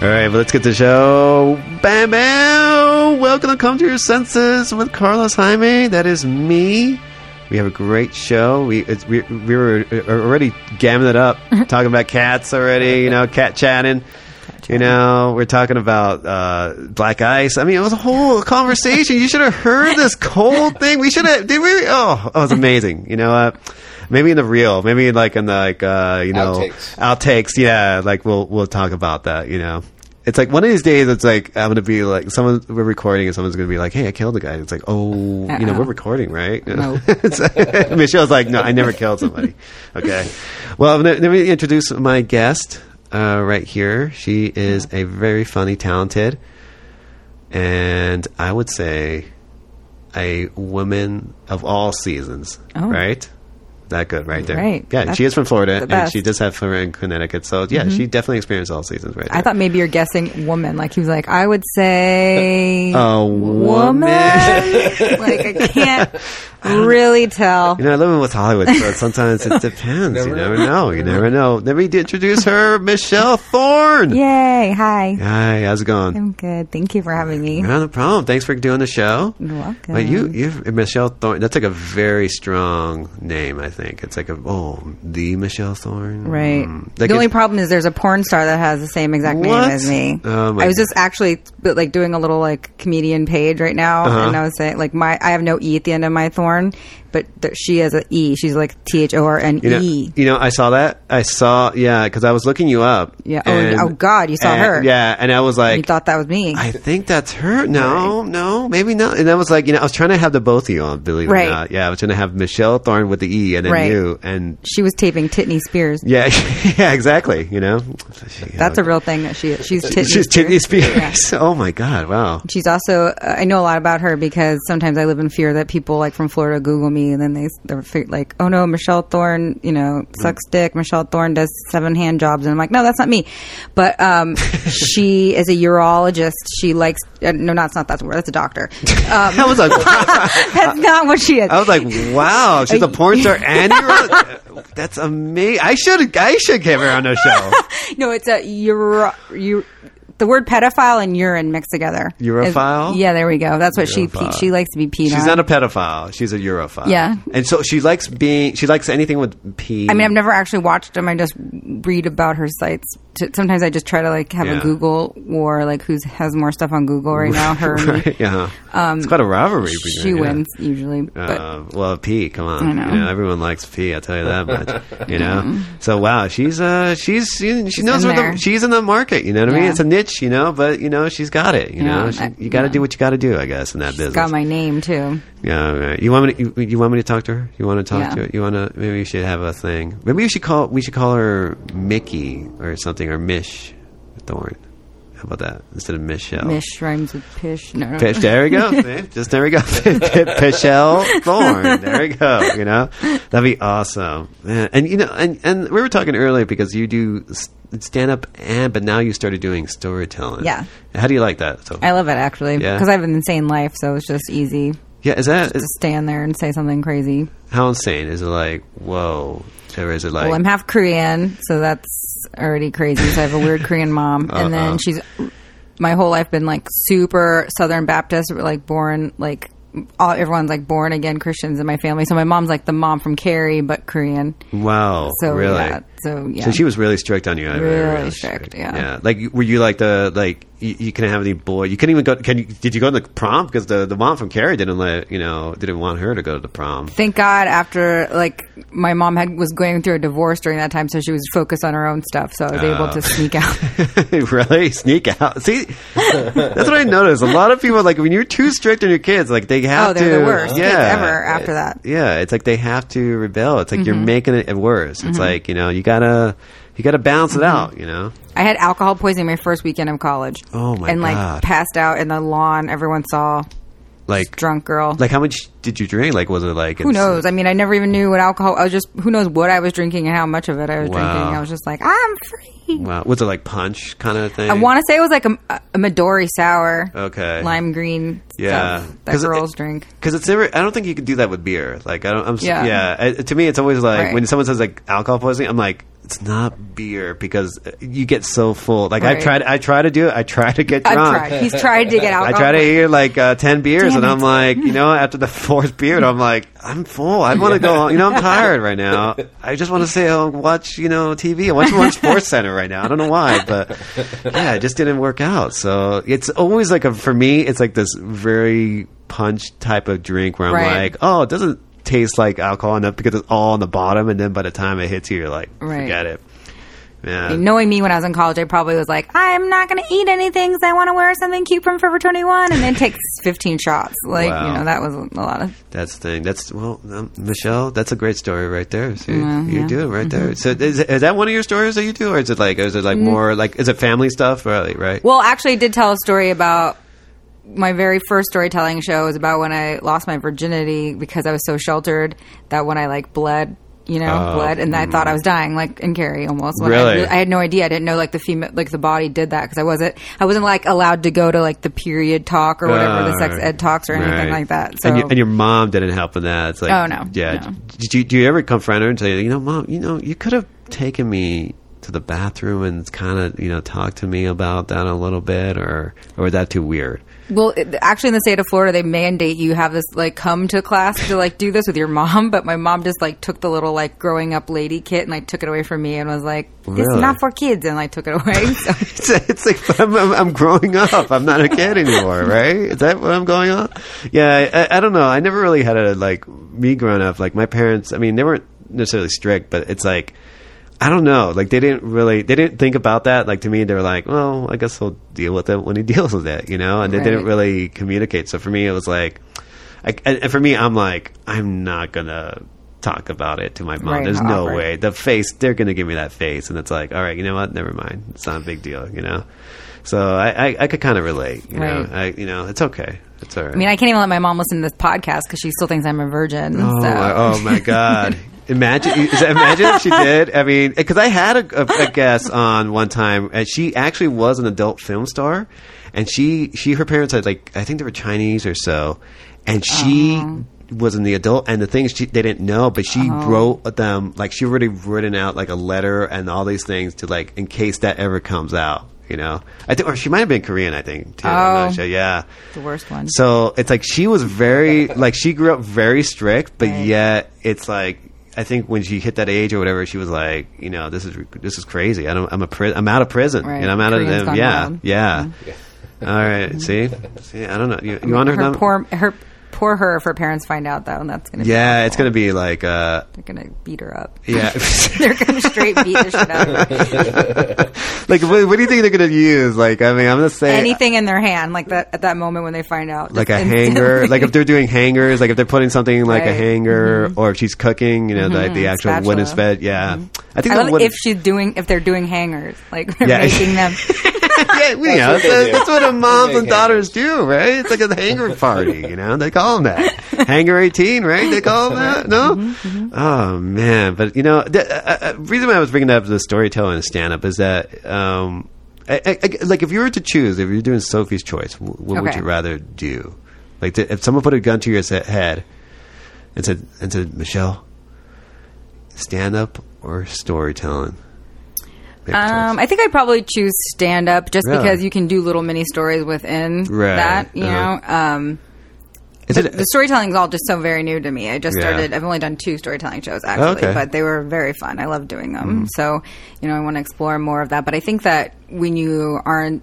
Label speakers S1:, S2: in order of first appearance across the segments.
S1: but let's get to the show. Bam Bam! Welcome to Come to Your Senses with Carlos Jaime. That is me. We have a great show. We it's, we, we were uh, already gamming it up, talking about cats already. You know, cat chatting. You know, we're talking about uh, black ice. I mean, it was a whole conversation. You should have heard this cold thing. We should have. Did we? Oh, it was amazing. You know, uh, maybe in the reel, maybe like in the like uh, you know
S2: Outtakes.
S1: outtakes. Yeah, like we'll we'll talk about that. You know, it's like one of these days. It's like I'm gonna be like someone. We're recording, and someone's gonna be like, "Hey, I killed a guy." And it's like, oh, you know,
S3: Uh-oh.
S1: we're recording, right?
S3: No.
S1: It's- Michelle's like, no, I never killed somebody. Okay. Well, let let me introduce my guest uh, right here. She is a very funny, talented, and I would say a woman of all seasons.
S3: Oh.
S1: Right? That good right there.
S3: Right.
S1: Yeah, she
S3: That's
S1: is from Florida,
S3: the
S1: and she
S3: best.
S1: does have Florida in Connecticut. So, yeah, she definitely experienced all seasons right there.
S3: Mm-hmm. I thought maybe you're guessing woman. Like he was like, I would say
S1: A woman.
S3: woman. like I can't really tell.
S1: You know, I live in West Hollywood, so sometimes it depends. you never
S2: Never know.
S1: know. You never know. Let me introduce her, Michelle Thorne.
S3: Yay! Hi.
S1: Hi, how's it going?
S3: I'm good. Thank you for having me.
S1: No problem. Thanks for doing the show.
S3: You're welcome.
S1: But you, you, Michelle Thorne. That's like a very strong name. I think it's like a oh, the Michelle Thorne.
S3: Right.
S1: Mm. Like
S3: the only
S1: it-
S3: problem is there's a porn star that has the same exact
S1: What?
S3: name as me.
S1: Oh, my
S3: I was just actually but, like doing a little like comedian page right now,
S1: Uh-huh.
S3: and I was saying like my I have no e at the end of my thorn, but th- she has a e. She's like t h o r n
S1: You know,
S3: e.
S1: you know, I saw that. I saw, yeah, because I was looking you up.
S3: Yeah. Oh, oh, God, you saw
S1: and-
S3: her.
S1: Yeah, and I was like,
S3: You thought that was me,
S1: I think that's her. No, no, maybe not. And I was like, you know, I was trying to have the both of you on, believe it
S3: Right.
S1: or not. Yeah, I was trying to have Michelle Thorne with the E and then
S3: Right.
S1: you. And
S3: she was taping Titney Spears.
S1: yeah, yeah, exactly. You know,
S3: That's a real thing that she she's Titney.
S1: uh, She's Titney
S3: Yeah.
S1: Spears. Oh my God! Wow.
S3: She's also uh, I know a lot about her because sometimes I live in fear that people like from Florida Google me and then they they're fi- like oh no Michelle Thorne you know sucks dick Michelle Thorne does seven hand jobs and I'm like no that's not me, but um, she is a urologist she likes uh, no not it's not that's the word that's a doctor um,
S1: I was like, wow.
S3: that's not what she is
S1: I was like, wow. She's a porn star and you're on- that's amazing. I should, I should have her on the show.
S3: no it's a uro u- the word pedophile and urine mixed together Is-
S1: Urophile?
S3: yeah there we go that's what she
S1: Urophile.
S3: pe- she likes to be peed
S1: She's
S3: on.
S1: not a pedophile. She's a Europhile.
S3: Yeah.
S1: and so she likes being. She likes anything with P.
S3: I mean, I've never actually watched them. I just read about her sites. T- Sometimes I just try to like have
S1: Yeah.
S3: a Google war, like who's has more stuff on Google right now. Her, and me. Um,
S1: right? Yeah, it's quite a rivalry. between-
S3: she
S1: yeah.
S3: wins usually, but
S1: Uh, well, P, come on,
S3: I know. Mm-hmm.
S1: You know, everyone likes P. I tell you that much. You know, so wow, she's uh, she's she, she knows
S3: in
S1: where the,
S3: there.
S1: she's in the market. You know what I mean?
S3: Yeah.
S1: It's a niche, you know, but you know she's got it. You
S3: Yeah,
S1: know, she,
S3: I-
S1: you got to
S3: yeah.
S1: do what you got to do, I guess, in that
S3: she's
S1: business.
S3: got my name too.
S1: yeah, all right. you want me? To, you, you want me to talk to her? You want to talk
S3: Yeah.
S1: to her? You want to? Maybe we should have a thing. Maybe we should call. We should call her Mickey or something or Mish Thorn. How about that instead of Michelle?
S3: Mish rhymes with pish. No, no.
S1: Oh. Pish, there we go. See? Just there we go. Pichelle Thorne. There we go. You know, that'd be awesome. Man. And you know, and and we were talking earlier because you do stand up, and but now you started doing storytelling.
S3: Yeah.
S1: How do you like that? So
S3: I love it actually
S1: Yeah.
S3: because I have an insane life, so it's just easy
S1: yeah, is that
S3: to
S1: is,
S3: stand there and say something crazy.
S1: how insane is it? Like whoa, or is it like?
S3: Well, I'm half Korean, so that's already crazy. So I have a weird Korean mom, and
S1: Uh-oh.
S3: then she's my whole life been like super Southern Baptist, like born like all, everyone's like born again Christians in my family. So my mom's like the mom from Carrie, but Korean.
S1: wow,
S3: So
S1: really.
S3: yeah, so yeah,
S1: So she was really strict on you. I remember,
S3: Really strict, yeah.
S1: Yeah. Like, you- were you like the like you, you couldn't have any boy? You couldn't even go. Can you? Did you go to the prom? Because the the mom from Carrie didn't let you know didn't want her to go to the prom.
S3: Thank God after like my mom had was going through a divorce during that time, so she was focused on her own stuff. So I was able
S1: Uh.
S3: to sneak out.
S1: really sneak out. See, that's what I noticed. A lot of people like when you're too strict on your kids, like they have
S3: Oh, they're the
S1: to-
S3: worst kids ever after that. Mm-hmm.
S1: Yeah, it's like they have to rebel. It's like you're making it worse. It's like you know you gotta you gotta balance it
S3: Mm-hmm.
S1: out. You know.
S3: I had alcohol poisoning my first weekend of college.
S1: Oh, my
S3: And like
S1: God.
S3: passed out in the lawn. Everyone saw
S1: Like
S3: drunk girl.
S1: like how much did you drink? Like was it like
S3: who knows? I mean, I never even knew what alcohol. I was just who knows what I was drinking and how much of it I was
S1: Wow.
S3: drinking. I was just like, I'm free.
S1: Wow, was it like punch kind of thing?
S3: I want to say it was like a, a Midori sour,
S1: Okay.
S3: lime green,
S1: Yeah.
S3: stuff that
S1: 'Cause it-
S3: girls drink.
S1: Because it's never. I don't think you could do that with beer. Like I don't. I'm. s-
S3: Yeah.
S1: Yeah. I- to me, it's always like
S3: Right.
S1: when someone says like alcohol poisoning, I'm like, it's not beer because uh, you get so full. Like I
S3: Right.
S1: tried, I try to do it. I try to get
S3: I've
S1: drunk.
S3: tried. He's tried to get out.
S1: I try to hear like uh, ten beers, and I'm like, you know, after the fourth beer, I'm like, I'm full. I want to go. home. You know, I'm tired right now. I just want to say, I'll watch, you know, TV. I want to watch Sports Center right now. I don't know why, but yeah, it just didn't work out. So it's always like a for me, it's like this very punch type of drink where I'm
S3: Right.
S1: like, oh, it doesn't taste like alcohol enough because it's all on the bottom, and then by the time it hits you, you're like,
S3: Right.
S1: forget it. Yeah.
S3: Knowing me when I was in college, I probably was like, I'm not going to eat anything 'cause I want to wear something cute from Forever 21 and then take 15 shots. Like,
S1: Wow.
S3: you know, that was a lot of.
S1: That's the thing. That's well, um, Michelle. That's a great story right there. See,
S3: Well,
S1: you
S3: yeah. Mm-hmm.
S1: do it right there. So, is, is that one of your stories that you do, or is it like, is it like more like, is it family stuff, really? Right?
S3: Mm. Well, actually, I did tell a story about my very first storytelling show was about when I lost my virginity because I was so sheltered that when I like bled, you know,
S1: Oh,
S3: bled, and I thought I was dying, like in Carrie almost. When I-
S1: Really?
S3: I, had no idea. I didn't know like the female, like the body did that because I wasn't, I wasn't like allowed to go to like the period talk or whatever the sex
S1: Right.
S3: ed talks or anything
S1: Oh, Right.
S3: like that. So
S1: and, you, and your mom didn't help with that. It's like,
S3: Oh, no.
S1: yeah.
S3: No.
S1: Did you do you ever confront her and say, you know, mom, you know, you could have taken me to the bathroom and kind of you know talk to me about that a little bit, or or was that too weird?
S3: Well, it- actually, in the state of Florida, they mandate you have this like come to class to like do this with your mom. But my mom just like took the little like growing up lady kit and like took it away from me and was like, "It's
S1: Really?
S3: not for kids," and I took it away. So,
S1: It's, it's like I'm, I'm, I'm growing up. I'm not a kid anymore, right? Is that what I'm going on? Yeah, I, I don't know. I never really had a like me growing up. Like my parents, I mean, they weren't necessarily strict, but it's like I don't know. Like they didn't really, they didn't think about that. Like to me, they were like, well, I guess he'll deal with it when he deals with it, you know. And they didn't
S3: Right.
S1: really communicate. So for me, it was like, I, and and for me, I'm like, I'm not gonna talk about it to my mom.
S3: Right,
S1: There's
S3: not
S1: no
S3: awkward.
S1: way the face they're gonna give me that face and it's like all right you know what never mind it's not a big deal you know so i i, I could kind of relate you know
S3: Right.
S1: i you know it's okay it's all right
S3: I mean, I can't even let my mom listen to this podcast because she still thinks I'm a virgin.
S1: oh,
S3: so.
S1: my, oh my god imagine is that- imagine if she did i mean because i had a, a, a guest on one time and she actually was an adult film star and she she her parents had like i think they were chinese or so and she was in the adult and the things she, they didn't know but she
S3: Oh.
S1: wrote them like she already written out like a letter and all these things to like in case that ever comes out you know i think or she might have been korean i think too I'm not
S3: Oh.
S1: sure. yeah
S3: the worst one.
S1: so it's like she was very like she grew up very strict, but
S3: Right.
S1: yet it's like I think when she hit that age or whatever, she was like, you know, this is this is crazy. I don't, I'm a pri- I'm out of prison
S3: Right.
S1: and I'm out
S3: Koreans
S1: of them.
S3: gone
S1: Yeah,
S3: wild.
S1: yeah. All right, see, see, I don't know. You, you want her?
S3: her
S1: number?
S3: poor, her poor her. If her parents find out though, and that's gonna be
S1: yeah,
S3: awful.
S1: it's gonna be like, uh,
S3: They're gonna beat her up.
S1: yeah.
S3: They're gonna straight beat the shit out of her.
S1: like, what, what do you think they're gonna use? Like, I mean, I'm gonna say
S3: Anything in their hand, like that at that moment when they find out,
S1: like a
S3: just
S1: hanger.
S3: instantly.
S1: Like if they're doing hangers, like if they're putting something in, like a
S3: Right. Mm-hmm.
S1: hanger, or if she's cooking, you know, like the, actual wooden
S3: Spatula. Mm-hmm.
S1: sped. Yeah, I think the
S3: I love it
S1: wooden-
S3: if she's doing if they're doing hangers, like they're
S1: Yeah.
S3: making them.
S1: yeah, we know,
S2: what they
S1: that's,
S2: do.
S1: that's what a moms
S2: They
S1: and
S2: hang
S1: daughters do, right? It's like a hanger party, you know. They call them that hanger eighteen, right? They call them that. No, oh man, but you know, the uh, uh, reason why I was bringing up the storytelling and stand up is that, um, I, I- I- like, if you were to choose, if you're doing Sophie's Choice, wh- what would
S3: Okay.
S1: you rather do? Like, to, if someone put a gun to your se- head and said, and said, Michelle, stand up or storytelling? Make a choice.
S3: Um, I think I'd probably choose stand up just
S1: Really?
S3: because you can do little mini stories within
S1: Right.
S3: that. You
S1: Uh-huh.
S3: know, um,
S1: Is
S3: but
S1: it-
S3: the storytelling is all just so very new to me. I just
S1: Yeah.
S3: started. I've only done two storytelling shows actually,
S1: Okay. Mm-hmm.
S3: but they were very fun. I love doing them. So you know, I want to explore more of that. But I think that when you aren't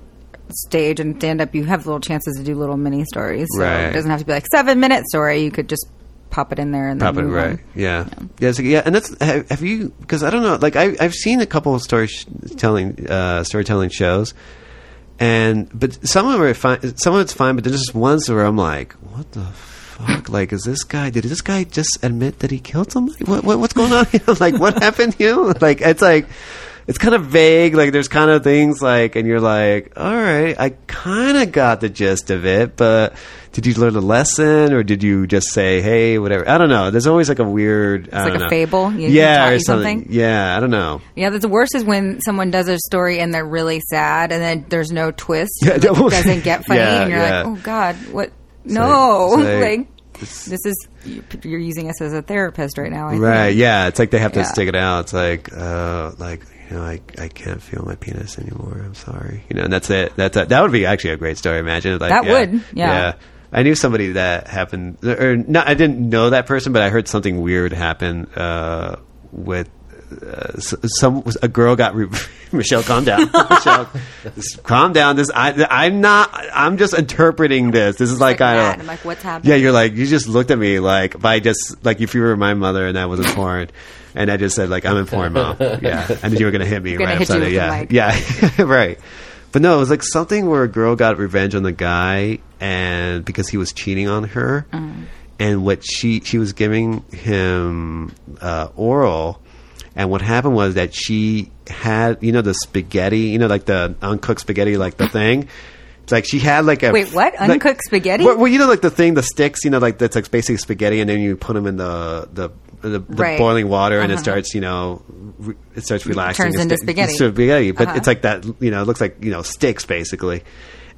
S3: stage and stand up, you have little chances to do little mini stories. So
S1: Right.
S3: It doesn't have to be like seven minute story. You could just pop it in there and then
S1: Pop it
S3: move on.
S1: right. Yeah. Yeah. it's like- yeah. And that's have, have you because I don't know. Like I I've seen a couple of story sh- telling uh, storytelling shows, and but some of them are fine. Some of it's fine, but there's just ones where I'm like, what the. fuck? Like, is this guy? Did this guy just admit that he killed somebody? What, what what's going on? here? like, what happened? to You like, it's like, it's kind of vague. Like, there's kind of things like, and you're like, all right, I kind of got the gist of it, but did you learn a lesson or did you just say, hey, whatever? I don't know. There's always like a weird, it's
S3: like a fable? You-
S1: yeah,
S3: taught
S1: or
S3: you
S1: something.
S3: something?
S1: Yeah, I don't know.
S3: Yeah, that's the worst is when someone does a story and they're really sad, and then there's no twist.
S1: Yeah,
S3: Yeah, it
S1: that was-
S3: doesn't get funny,
S1: Yeah,
S3: and you're
S1: yeah.
S3: like, oh god, what? No,
S1: it's like-
S3: like,
S1: It's-
S3: this is you're using us as a therapist right now. I think.
S1: right? Yeah, it's like they have to
S3: Yeah.
S1: stick it out. It's like, uh, like you know, I I can't feel my penis anymore. I'm sorry, you know, and that's it. That's it. that would be actually a great story. Imagine like
S3: That would, yeah.
S1: I knew somebody that happened, or not. I didn't know that person, but I heard something weird happen uh, with. Uh, s- some a girl got re- Michelle, calm down. Michelle, just calm down. This I, I'm not. I'm just interpreting this. This is like,
S3: like
S1: I
S3: that.
S1: don't.
S3: I'm like, what's
S1: Yeah,
S3: happening?
S1: you're like you just looked at me like if I just like if you were my mother and I was a porn and I just said like I'm in porn mom. Yeah. And then you were gonna hit me
S3: gonna
S1: right
S3: hit you
S1: upside
S3: with
S1: down.
S3: the mic.
S1: yeah. Yeah. right. But no, it was like something where a girl got revenge on the guy and because he was cheating on her
S3: Mm.
S1: and what she she was giving him uh, oral and what happened was that she had you know the spaghetti, you know like the uncooked spaghetti like the thing. It's like she had like a
S3: Wait, what?
S1: like-
S3: Uncooked spaghetti?
S1: Well, well, you know, like the thing, the sticks. You know, like that's like basically spaghetti, and then you put them in the the, the, the
S3: Right.
S1: boiling water, and it
S3: Uh-huh.
S1: starts, you know, re- it starts relaxing.
S3: turns
S1: It's
S3: into
S1: sti-
S3: spaghetti.
S1: it's spaghetti, but
S3: Uh-huh.
S1: it's like that. You know, it looks like you know sticks basically,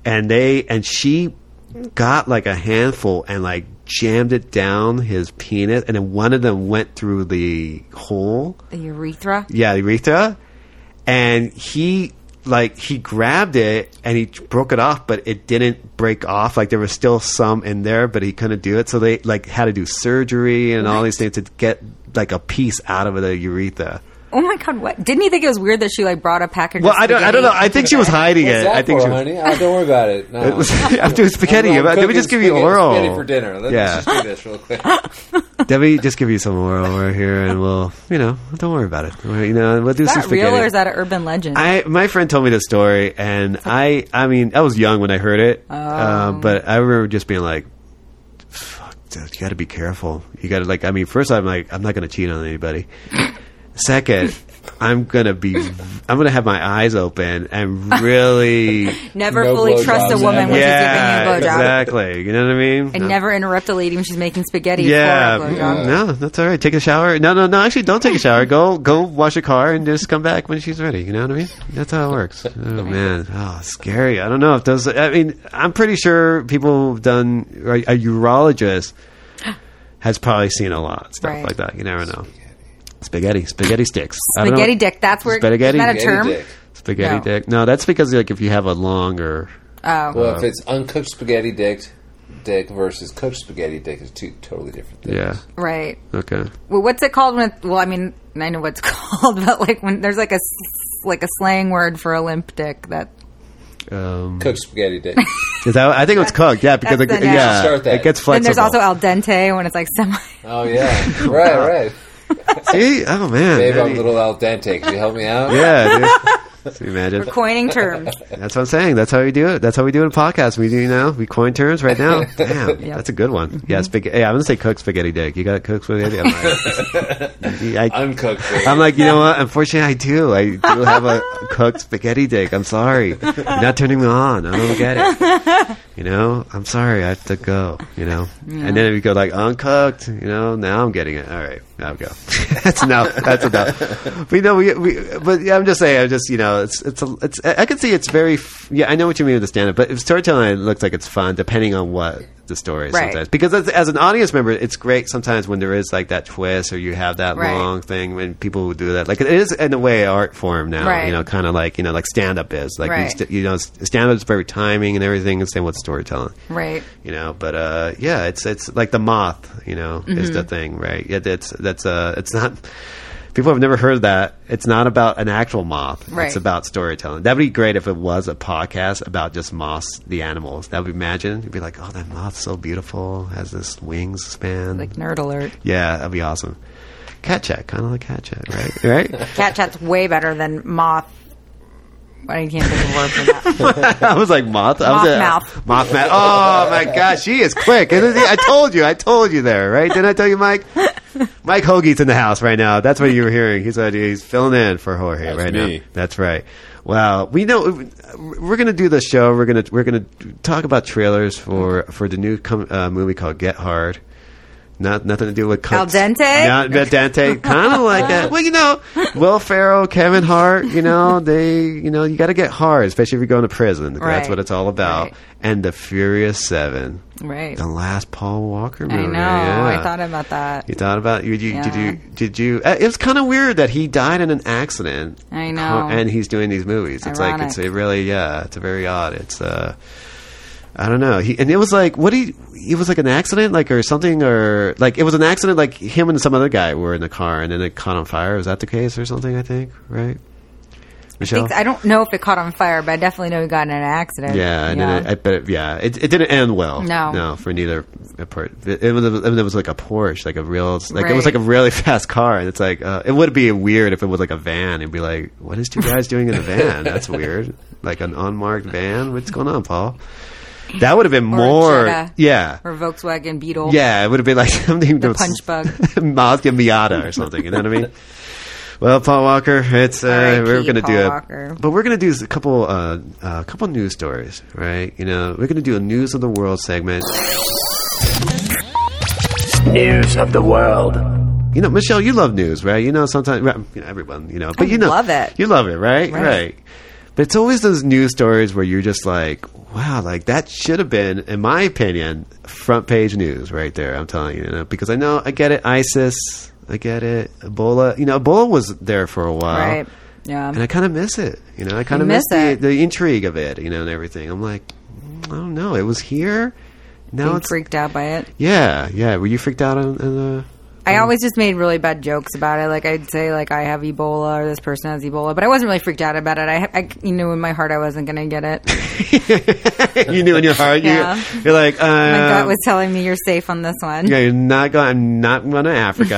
S1: and they and she got like a handful and like jammed it down his penis, and then one of them went through the hole
S3: The urethra.
S1: yeah, urethra, and he like he grabbed it and he broke it off, but it didn't break off. Like there was still some in there, but he couldn't do it. So they like had to do surgery and all these things to get like a piece out of the urethra.
S3: Oh my god! What didn't he think it was weird that she like brought a package?
S1: Well,
S3: of
S1: I don't, I don't know.
S3: spaghetti?
S1: I think she was hiding
S2: What's
S1: it.
S2: that
S1: I think
S2: for,
S1: she was.
S2: honey? Oh, don't worry about it. No.
S1: It was- I'm doing spaghetti.
S2: I'm
S1: Let me
S2: cooking
S1: just give you
S2: spaghetti-
S1: oral.
S2: Spaghetti for dinner. Let's
S1: Yeah.
S2: just do this real quick.
S1: Let me just give you some oral right here, and we'll, you know, don't worry about it. We're- You know, we'll do
S3: Is
S1: some
S3: that real
S1: spaghetti.
S3: or is that an urban legend?
S1: I my friend told me the story, and I I mean I was young when I heard it, uh,
S3: Oh.
S1: but I remember just being like, "Fuck, dude, you got to be careful. You got to like. I mean, first I'm like, I'm not going to cheat on anybody. Second, I'm gonna be, I'm gonna have my eyes open and really,
S3: never
S2: No
S3: fully
S2: blowjobs
S3: trust a woman
S2: ever.
S3: when she's
S1: yeah,
S3: giving you a blowjob,
S1: exactly. You know what I mean?
S3: and
S1: No.
S3: never interrupt a lady when she's making spaghetti
S1: Yeah, mm,
S3: for a blowjob.
S1: no, that's all right. Take a shower. No, no, no. Actually, don't take a shower. Go, go wash your car and just come back when she's ready. You know what I mean? That's how it works. Oh man, oh scary. I don't know if those. I mean, I'm pretty sure people have done. A, a urologist has probably seen a lot of stuff
S3: Right.
S1: like that. You never know. Spaghetti, spaghetti sticks. I don't know
S3: Spaghetti
S1: what-
S3: dick. That's where.
S1: Spaghetti.
S3: Is that a
S2: Spaghetti
S3: term?
S2: dick.
S1: Spaghetti
S3: No.
S1: dick. No, that's because like if you have a longer.
S3: Oh,
S2: Well, if it's uncooked spaghetti dick, dick versus cooked spaghetti dick is two totally different things.
S1: Yeah.
S3: right.
S1: Okay.
S3: Well, what's it called when? It, well, I mean, I know what's called, but like when there's like a s- like a slang word for a limp dick that
S1: Um,
S2: Cooked spaghetti dick.
S1: is that, I think it's cooked. Yeah, because it,
S3: That's the noun.
S1: yeah,
S2: Start that.
S1: it gets
S3: Then
S1: flexible.
S3: there's also al dente when it's like semi.
S2: oh yeah, right, right.
S1: See? Oh man,
S2: Babe,
S1: How do
S2: I'm a
S1: you-
S2: little al dente. Can you help me out?
S1: yeah. Dude. Can you imagine?
S3: Coining terms.
S1: That's what I'm saying. That's how we do it. That's how we do it in podcasts. We do you know we coin terms right now. Damn, that's a good one. Yeah, spag- yeah, I'm gonna say cook spaghetti dick. You got cook spaghetti. I'm like, I,
S2: Uncooked. Spaghetti.
S1: am like, you know what? Unfortunately, I do. I do have a cooked spaghetti dick. I'm sorry. You're not turning me on. I don't get it. You know, I'm sorry. I have to go. You know, and then we go like uncooked. You know, now I'm getting it. All right, now we go. that's enough. That's enough. But you know, we, we but yeah, I'm just saying. I'm just you know, it's it's a, it's. I I can see it's very. f- Yeah, I know what you mean with the stand up, but if storytelling it looks like it's fun depending on what the story is
S3: Right.
S1: sometimes. Because as, as an audience member, it's great sometimes when there is like that twist or you have that
S3: Right.
S1: long thing when people will do that. Like it is in a way art form now.
S3: Right.
S1: You know, kind of like you know, like stand up is like you,
S3: Right.
S1: st- you know, stand up is perfect timing and everything. And same with storytelling
S3: Right.
S1: you know but uh yeah it's it's like the moth you know is
S3: Mm-hmm.
S1: the thing right yeah that's that's uh it's not people have never heard of that it's not about an actual moth
S3: Right.
S1: it's about storytelling that would be great if it was a podcast about just moths the animals that would imagine you'd be like oh that moth's so beautiful has this wings span
S3: Like nerd alert.
S1: yeah that'd be awesome cat chat kind of like cat chat right right
S3: Cat chat's way better than moth. I can't think of a word for that.
S1: I was like moth. I was
S3: Moth
S1: a-
S3: mouth.
S1: Moth mouth. Oh my gosh, she is quick. Isn't she? I told you. I told you there, right? Didn't I tell you, Mike? Mike Hoagie's in the house right now. That's what you were hearing. He's uh, he's filling in for Jorge
S2: That's
S1: right
S2: me.
S1: now. That's right. Wow. We know uh, we're going to do the show. We're going to we're going to talk about trailers for for the new com- uh, movie called Get Hard. Not nothing to do with cooks.
S3: Al dente?
S1: Not al dente. kind of like that. Well, you know, Will Ferrell, Kevin Hart. You know, they. You know, you got to get hard, especially if you're going to prison. That's
S3: Right.
S1: what it's all about.
S3: Right.
S1: And the Furious Seven,
S3: Right.
S1: the last Paul Walker
S3: I
S1: movie.
S3: know.
S1: yeah.
S3: I thought about that.
S1: You thought about you, you did
S3: Yeah.
S1: you did you? uh, It was kind of weird that he died in an accident.
S3: I know.
S1: and he's doing these movies. It's like it's
S3: Ironic.
S1: a really yeah. It's a very odd. It's uh, I don't know. He and it was like what he it was like an accident like or something or like it was an accident like him and some other guy were in the car and then it caught on fire. Was that the case or something? I think right.
S3: I,
S1: Michelle?
S3: think, I don't know if it caught on fire, but I definitely know he got in an accident.
S1: Yeah, and Then it, I bet it, yeah, it, it didn't end well.
S3: No.
S1: no, for neither part. It, it was, it was like a Porsche, like a real, like it was
S3: Right.
S1: like a really fast car, and it's like uh, it would be weird if it was like a van and be like, what is two guys doing in a van? That's weird, like an unmarked van. What's going on, Paul? That would have been
S3: Or a
S1: more,
S3: Jetta.
S1: yeah.
S3: or Volkswagen Beetle.
S1: Yeah, it would have been like something
S3: The
S1: that was-
S3: punch bug.
S1: Mazda Miata or something. You know what I mean? Well, Paul Walker, it's uh,
S3: R.I.P.
S1: we're going to do
S3: Paul
S1: a,
S3: Walker.
S1: but we're going to do a couple, uh, a couple news stories, right? You know, we're going to do a news of the world segment.
S4: News of the world.
S1: You know, Michelle, you love news, right? You know, sometimes right, you know, everyone, you know, but
S3: I
S1: you know,
S3: love it.
S1: You love it, right? right?
S3: Right.
S1: But it's always those news stories where you're just like, wow, like that should have been, in my opinion, front page news right there. I'm telling you, you know, because I know I get it, ISIS, I get it, Ebola. You know, Ebola was there for a while.
S3: Right. Yeah.
S1: And I kind of miss it. You know, I kind of miss,
S3: miss
S1: the,
S3: it.
S1: the intrigue of it, you know, and everything. I'm like, I don't know. It was here. Now
S3: Being
S1: it's.
S3: freaked out by it.
S1: Yeah, yeah. Were you freaked out on, on the.
S3: I always just made really bad jokes about it. Like I'd say, like I have Ebola or this person has Ebola, but I wasn't really freaked out about it. I, I you knew in my heart I wasn't going to get it.
S1: you knew in your heart.
S3: Yeah.
S1: You, you're like, um,
S3: My gut was telling me you're safe on this one.
S1: yeah, you're not going. I'm not going to Africa.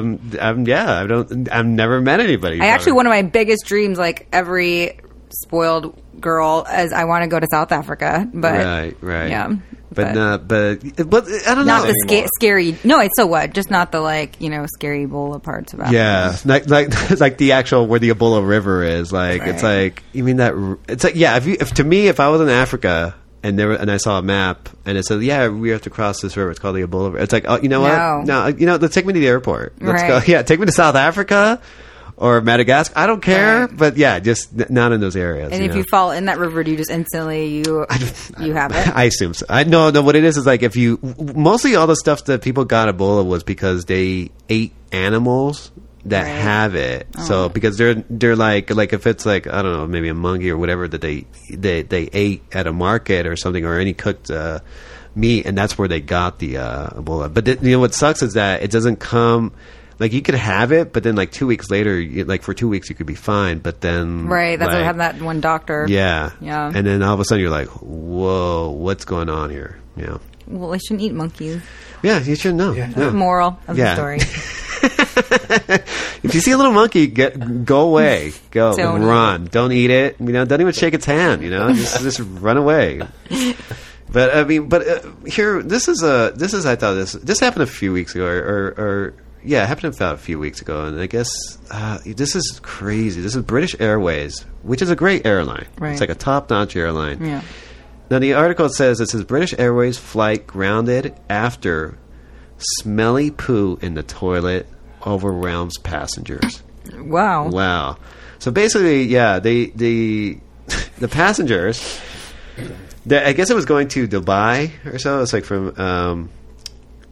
S1: um, I'm, yeah, I don't. I've never met anybody.
S3: I actually, one of my biggest dreams, like every spoiled girl, is I want to go to South Africa, but
S1: Right, right.
S3: Yeah,
S1: but
S3: but-
S1: not. But but I don't
S3: not
S1: know.
S3: the sca- scary. No, it's so what? Just not the like you know scary Ebola parts about. it.
S1: yeah, like like like the actual where the Ebola River is. Like it's
S3: Right.
S1: like you mean that r- it's like yeah. If, you, if to me, if I was in Africa and there were- and I saw a map and it said yeah we have to cross this river. It's called the Ebola River. It's like oh you know
S3: No.
S1: what no you know let's take me to the airport. Let's
S3: Right.
S1: go yeah take me to South Africa or Madagascar. I don't care,
S3: Right.
S1: but yeah, just n- not in those areas.
S3: And if
S1: know?
S3: you fall in that river, do you just instantly you you have it?
S1: I assume so. I no, no. What it is is like if you w- w- mostly all the stuff that people got Ebola was because they ate animals that
S3: Right. Oh.
S1: have it. So because they're they're like like if it's like I don't know maybe a monkey or whatever that they they they ate at a market or something or any cooked. Uh, meat and that's where they got the uh, Ebola. But th- you know what sucks is that it doesn't come like you could have it, but then like two weeks later, you, like for two weeks you could be fine. But then
S3: Right. That's what
S1: like-
S3: happened. That one doctor.
S1: yeah.
S3: Yeah.
S1: And then all of a sudden you're like, whoa, what's going on here? Yeah.
S3: Well, I shouldn't eat monkeys.
S1: Yeah, you should know. Yeah.
S3: Moral of
S1: Yeah.
S3: the story.
S1: If you see a little monkey, get go away. Go
S3: Don't
S1: run. Don't eat it. You know, don't even shake its hand, you know. just just run away. But I mean, but uh, here this is a this is I thought this this happened a few weeks ago or or, or yeah, it happened about a few weeks ago and I guess uh, this is crazy. This is British Airways, which is a great airline.
S3: Right.
S1: It's like a top-notch airline.
S3: Yeah.
S1: Now the article says it says British Airways flight grounded after smelly poo in the toilet overwhelms passengers.
S3: Wow.
S1: Wow. So basically, yeah, they the the passengers. They, I guess it was going to Dubai or so. It's like from, um,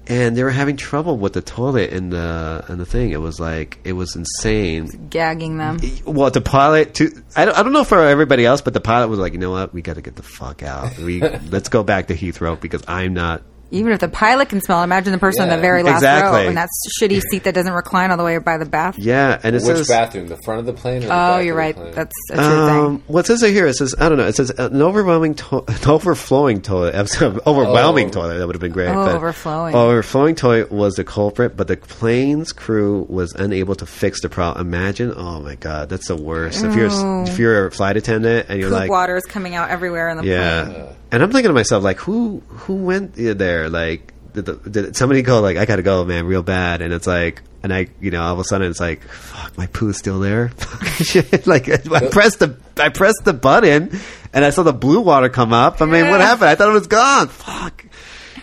S1: and they were having trouble with the toilet and the and the thing. It was like it was insane
S3: Gagging them.
S1: well, the pilot. To, I don't. I don't know for everybody else, but the pilot was like, you know what? We got to get the fuck out. We let's go back to Heathrow because I'm not.
S3: Even if the pilot can smell, imagine the person in
S2: Yeah.
S3: the very last
S1: Exactly.
S3: row in that shitty seat that doesn't recline all the way by the bath.
S1: Yeah, and it
S2: Which
S1: says.
S2: bathroom? The front of the plane? Or the
S3: Oh,
S2: back
S3: you're
S2: of the plane?
S3: right. That's a true
S1: Um,
S3: thing.
S1: what says it here? It says I don't know. It says an overwhelming, to- an overflowing toilet, I'm sorry, overwhelming
S2: Oh.
S1: toilet. That would have been great.
S3: Oh,
S1: but-
S3: overflowing.
S1: overflowing toilet was the culprit, but the plane's crew was unable to fix the problem. Imagine, oh my god, that's the worst. If you're a- if you're a flight attendant and you're
S3: Poop
S1: like,
S3: water is coming out everywhere in the
S1: Yeah.
S3: plane.
S1: And I'm thinking to myself, like, who who went there? Like, did, the, did somebody go, like, I gotta go, man, real bad? And it's like, and I, you know, all of a sudden it's like, fuck, my poo's still there. Shit. like, I pressed the I pressed the button, and I saw the blue water come up. I mean, what
S3: Yeah.
S1: happened? I thought it was gone. Fuck.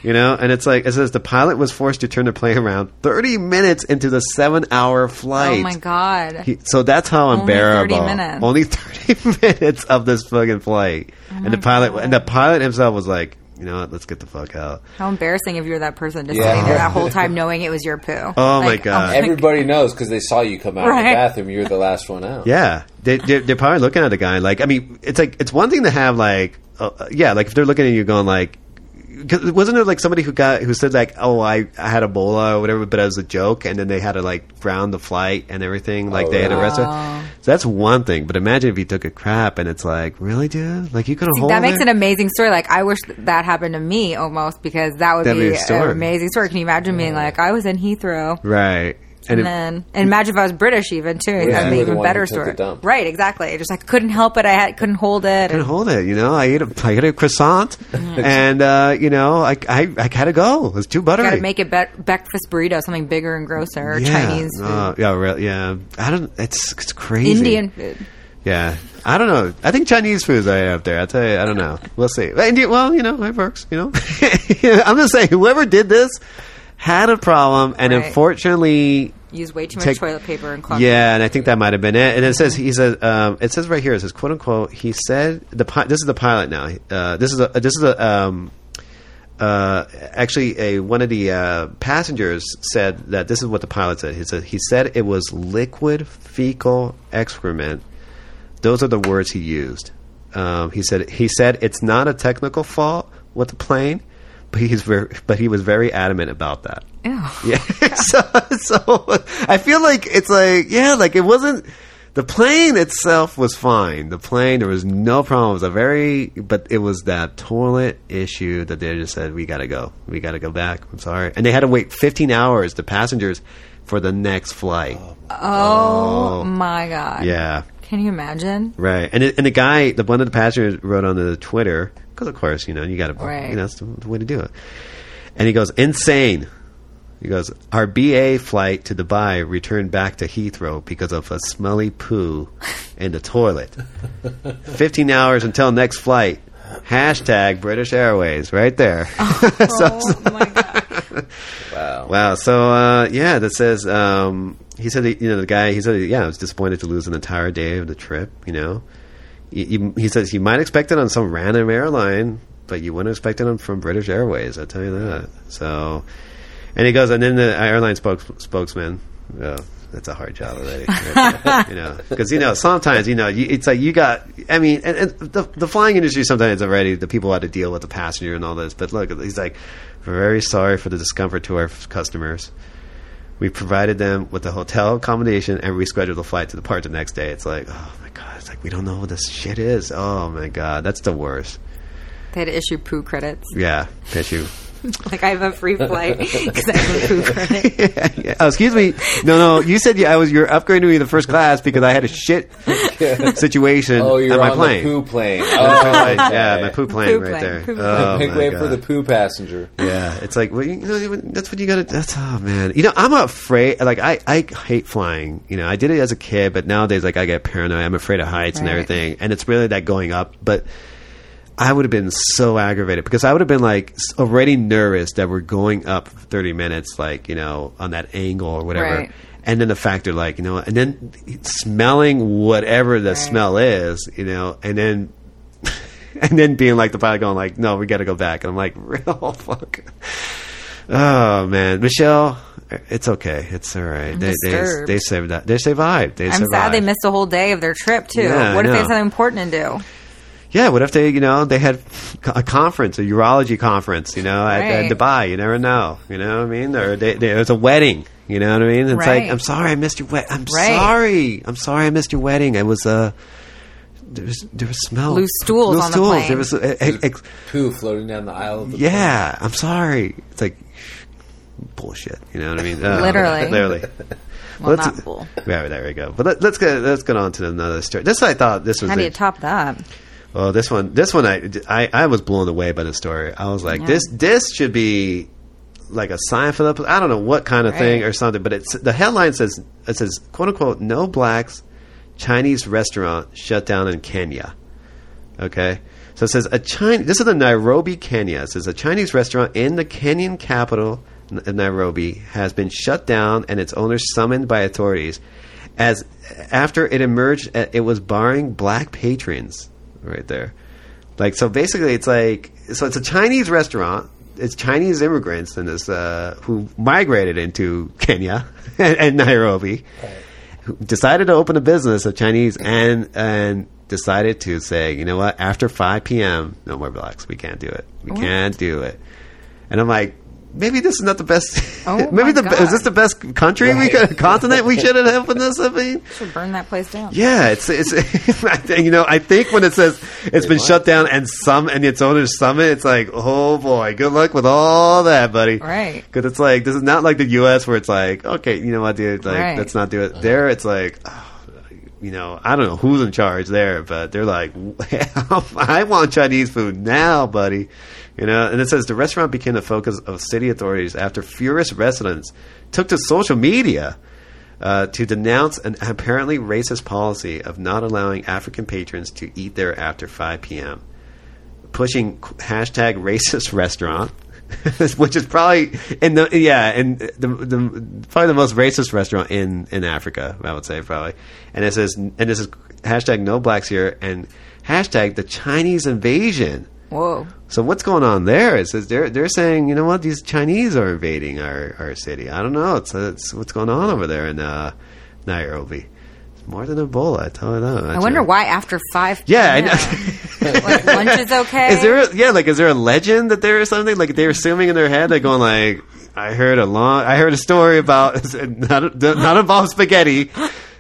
S1: You know, and it's like it says the pilot was forced to turn the plane around 30 minutes into the seven-hour flight.
S3: Oh my god.
S1: He- so that's how
S3: Only 30
S1: unbearable.
S3: minutes. Oh
S1: Only 30 minutes of this fucking flight, and the pilot and the pilot himself was like, you know what, let's get the fuck out.
S3: How embarrassing if you're that person just
S2: Yeah.
S3: sitting there that whole time knowing it was your poo.
S1: Oh my God.
S2: Everybody knows because they saw you come out of the
S3: Right.
S2: bathroom. You were the last one out.
S1: Yeah, they, they're, they're probably looking at the guy like, I mean, it's like it's one thing to have like, uh, uh, yeah, like if they're looking at you going like, cause wasn't there like somebody who got who said like, oh, I, I had Ebola or whatever, but it was a joke, and then they had to like ground the flight and everything, like
S2: Oh,
S1: they had
S2: really?
S1: arrested. So that's one thing, but imagine if you took a crap and it's like, really, dude, like you could hold
S3: that makes
S1: it
S3: an amazing story. Like I wish th- that happened to me almost because that would
S1: That'd
S3: be,
S1: be a story.
S3: an amazing story. Can you imagine being like I was in Heathrow?
S1: right,
S3: And,
S1: it-
S3: then, and imagine if I was British, even too.
S2: you
S3: That'd
S2: were
S3: be
S2: the
S3: even
S2: one who
S3: better
S2: took the
S3: story.
S2: dump.
S3: Right? Exactly. Just like couldn't help it. I had, couldn't hold it.
S1: couldn't hold it. You know, I ate a, I ate a croissant,
S3: Mm-hmm.
S1: and uh, you know, I, I, I gotta go. It's too buttery.
S3: Got to make it be- breakfast burrito, something bigger and grosser, or Chinese, food,
S1: Uh, yeah, re- yeah. I don't. It's it's crazy.
S3: Indian food.
S1: Yeah, I don't know. I think Chinese food is right up there. I tell you, I don't know. We'll see. But Indian, well, you know, it works. You know, I'm just saying, whoever did this had a problem, and
S3: Right.
S1: unfortunately,
S3: Use way too much
S1: Take-
S3: toilet paper and clogged
S1: yeah, and I think that might have been it. And it says he says um, it says right here it says quote unquote he said the pi- this is the pilot now. Uh, this is a this is a um, uh, actually a one of the uh, passengers said that this is what the pilot said. He said he said it was liquid fecal excrement. Those are the words he used. Um, he said he said it's not a technical fault with the plane, but he's very, but he was very adamant about that.
S3: Ew.
S1: Yeah. so, so I feel like it's like yeah, like it wasn't the plane itself was fine. The plane there was no problems. A very but it was that toilet issue that they just said we got to go. We got to go back. I'm sorry. And they had to wait 15 hours the passengers for the next flight.
S3: Oh my god!
S1: Yeah.
S3: Can you imagine?
S1: Right, and it, and the guy, the one of the passengers wrote on the Twitter because, of course, you know you got to,
S3: Right.
S1: you know, that's the, the way to do it. And he goes insane. He goes, our BA flight to Dubai returned back to Heathrow because of a smelly poo in the toilet. Fifteen hours until next flight. Hashtag British Airways, right there.
S3: Oh my god!
S2: Wow.
S1: Wow. So uh, yeah, that says um, he said that, you know the guy. He said yeah, I was disappointed to lose an entire day of the trip. You know, he, he- he says you might expect it on some random airline, but you wouldn't expect it on, from British Airways. I tell you that. So, and he goes, and then the airline spokes, spokesman. Oh, that's a hard job already, you know, because you know sometimes you know you, it's like you got. I mean, and, and the, the flying industry sometimes already the people had to deal with the passenger and all this. But look, he's like, we're very sorry for the discomfort to our f- customers. We provided them with a hotel accommodation and rescheduled the flight to depart the next day. It's like, oh my god, it's like we don't know what this shit is. Oh my god, that's the worst.
S3: They had to issue poo credits.
S1: Yeah, piss you.
S3: Like I have a free flight because I have a poo credit.
S1: Yeah. Oh, excuse me. No, no. You said yeah, I was. You're upgrading me to the first class because I had a shit situation
S2: Oh, you're
S1: at my
S2: on
S1: plane.
S2: the poo plane. Oh,
S1: Right, yeah,
S2: okay.
S1: my poo plane
S3: Poo
S1: right
S3: plane,
S1: there.
S3: poo plane.
S1: Oh,
S2: Make
S1: my
S2: way
S1: God.
S2: for the poo passenger.
S1: Yeah, it's like well, you know, you- that's what you got to. That's oh man, you know, I'm afraid. Like I, I hate flying. You know, I did it as a kid, but nowadays, like I get paranoid. I'm afraid of heights and
S3: Right.
S1: everything, and it's really that going up. But I would have been so aggravated because I would have been like s- already nervous that we're going up 30 minutes, like you know, on that angle or whatever.
S3: Right.
S1: And then the factor, like you know, and then smelling whatever the smell is, you know, and then and then being like the pilot going like, "No, we got to go back." And I'm like, "Real fuck." Oh man, Michelle, it's okay. It's all right. They, they
S3: disturbed.
S1: they saved that. They survived. They
S3: I'm
S1: survived.
S3: sad they missed a whole day of their trip too.
S1: Yeah, I
S3: what if they
S1: know.
S3: had something important to do?
S1: Yeah, what if they, you know, they had a conference, a urology conference, you know, at, at
S3: Right.
S1: Dubai. You never know. You know what I mean? Or they, they, it was a wedding. You know what I mean? It's
S3: Right.
S1: like, I'm sorry, I missed your wedding. I'm
S3: Right.
S1: sorry. I'm sorry, I missed your wedding. I was, uh, there was, there was smell.
S3: Loose stools
S1: Loose
S3: on the
S1: stools.
S3: plane.
S1: There was, uh, ex- ex-
S2: Poo floating down the aisle of the
S1: yeah, I'm sorry. It's like, bullshit. You know what I mean? Uh,
S3: Literally.
S1: Literally.
S3: Well,
S1: Let's-
S3: not cool.
S1: Yeah, there we go. But let, let's get let's get on to another story. This I thought this was
S3: How do you
S1: the-
S3: top that?
S1: well, this one, this one, I, I, I was blown away by the story. I was like, this, this should be like a sign for the. I don't know what kind of thing
S3: Right.
S1: or something, but it's the headline says it says quote unquote no blacks Chinese restaurant shut down in Kenya. Okay. So it says a Chinese. This is the Nairobi, Kenya. It says a Chinese restaurant in the Kenyan capital, N- Nairobi, has been shut down and its owner summoned by authorities, as after it emerged uh, it was barring black patrons. Right there, like so. Basically, it's like so. It's a Chinese restaurant. It's Chinese immigrants in this uh, who migrated into Kenya and, and Nairobi who decided to open a business of Chinese and and decided to say, you know what, after five p.m., no more blacks. We can't do it. We can't do it. And I'm like, maybe this is not the best.
S3: Oh my
S1: maybe the
S3: God.
S1: is this the best country we could continent we should have opened this? I mean.
S3: Should burn that place down.
S1: Yeah, it's it's I think- you know I think when it says it's been shut down and some and its owners summit, it's like oh boy, good luck with all that, buddy.
S3: Right.
S1: Because it's like this is not like the U.S. where it's like okay, you know what, dude, like
S3: Right.
S1: let's not do it. There, it's like. Oh, you know, I don't know who's in charge there, but they're like, I want Chinese food now, buddy. You know, and it says the restaurant became the focus of city authorities after furious residents took to social media uh, to denounce an apparently racist policy of not allowing African patrons to eat there after 5 p.m., pushing qu- hashtag racist restaurant. Which is probably in the yeah, in the, the probably the most racist restaurant in in Africa, I would say probably. And it says and this is hashtag no blacks here and hashtag the Chinese invasion.
S3: Whoa.
S1: So what's going on there? Is is they're they're saying you know what these Chinese are invading our, our city? I don't know. It's, it's what's going on over there in uh, Nairobi. It's more than Ebola. I tell you that.
S3: I wonder why after five.
S1: Yeah, I
S3: p.m., like lunch is okay.
S1: Is there a, yeah like is there a legend that there is something like they're assuming in their head they're going like I heard a long I heard a story about not not involve spaghetti.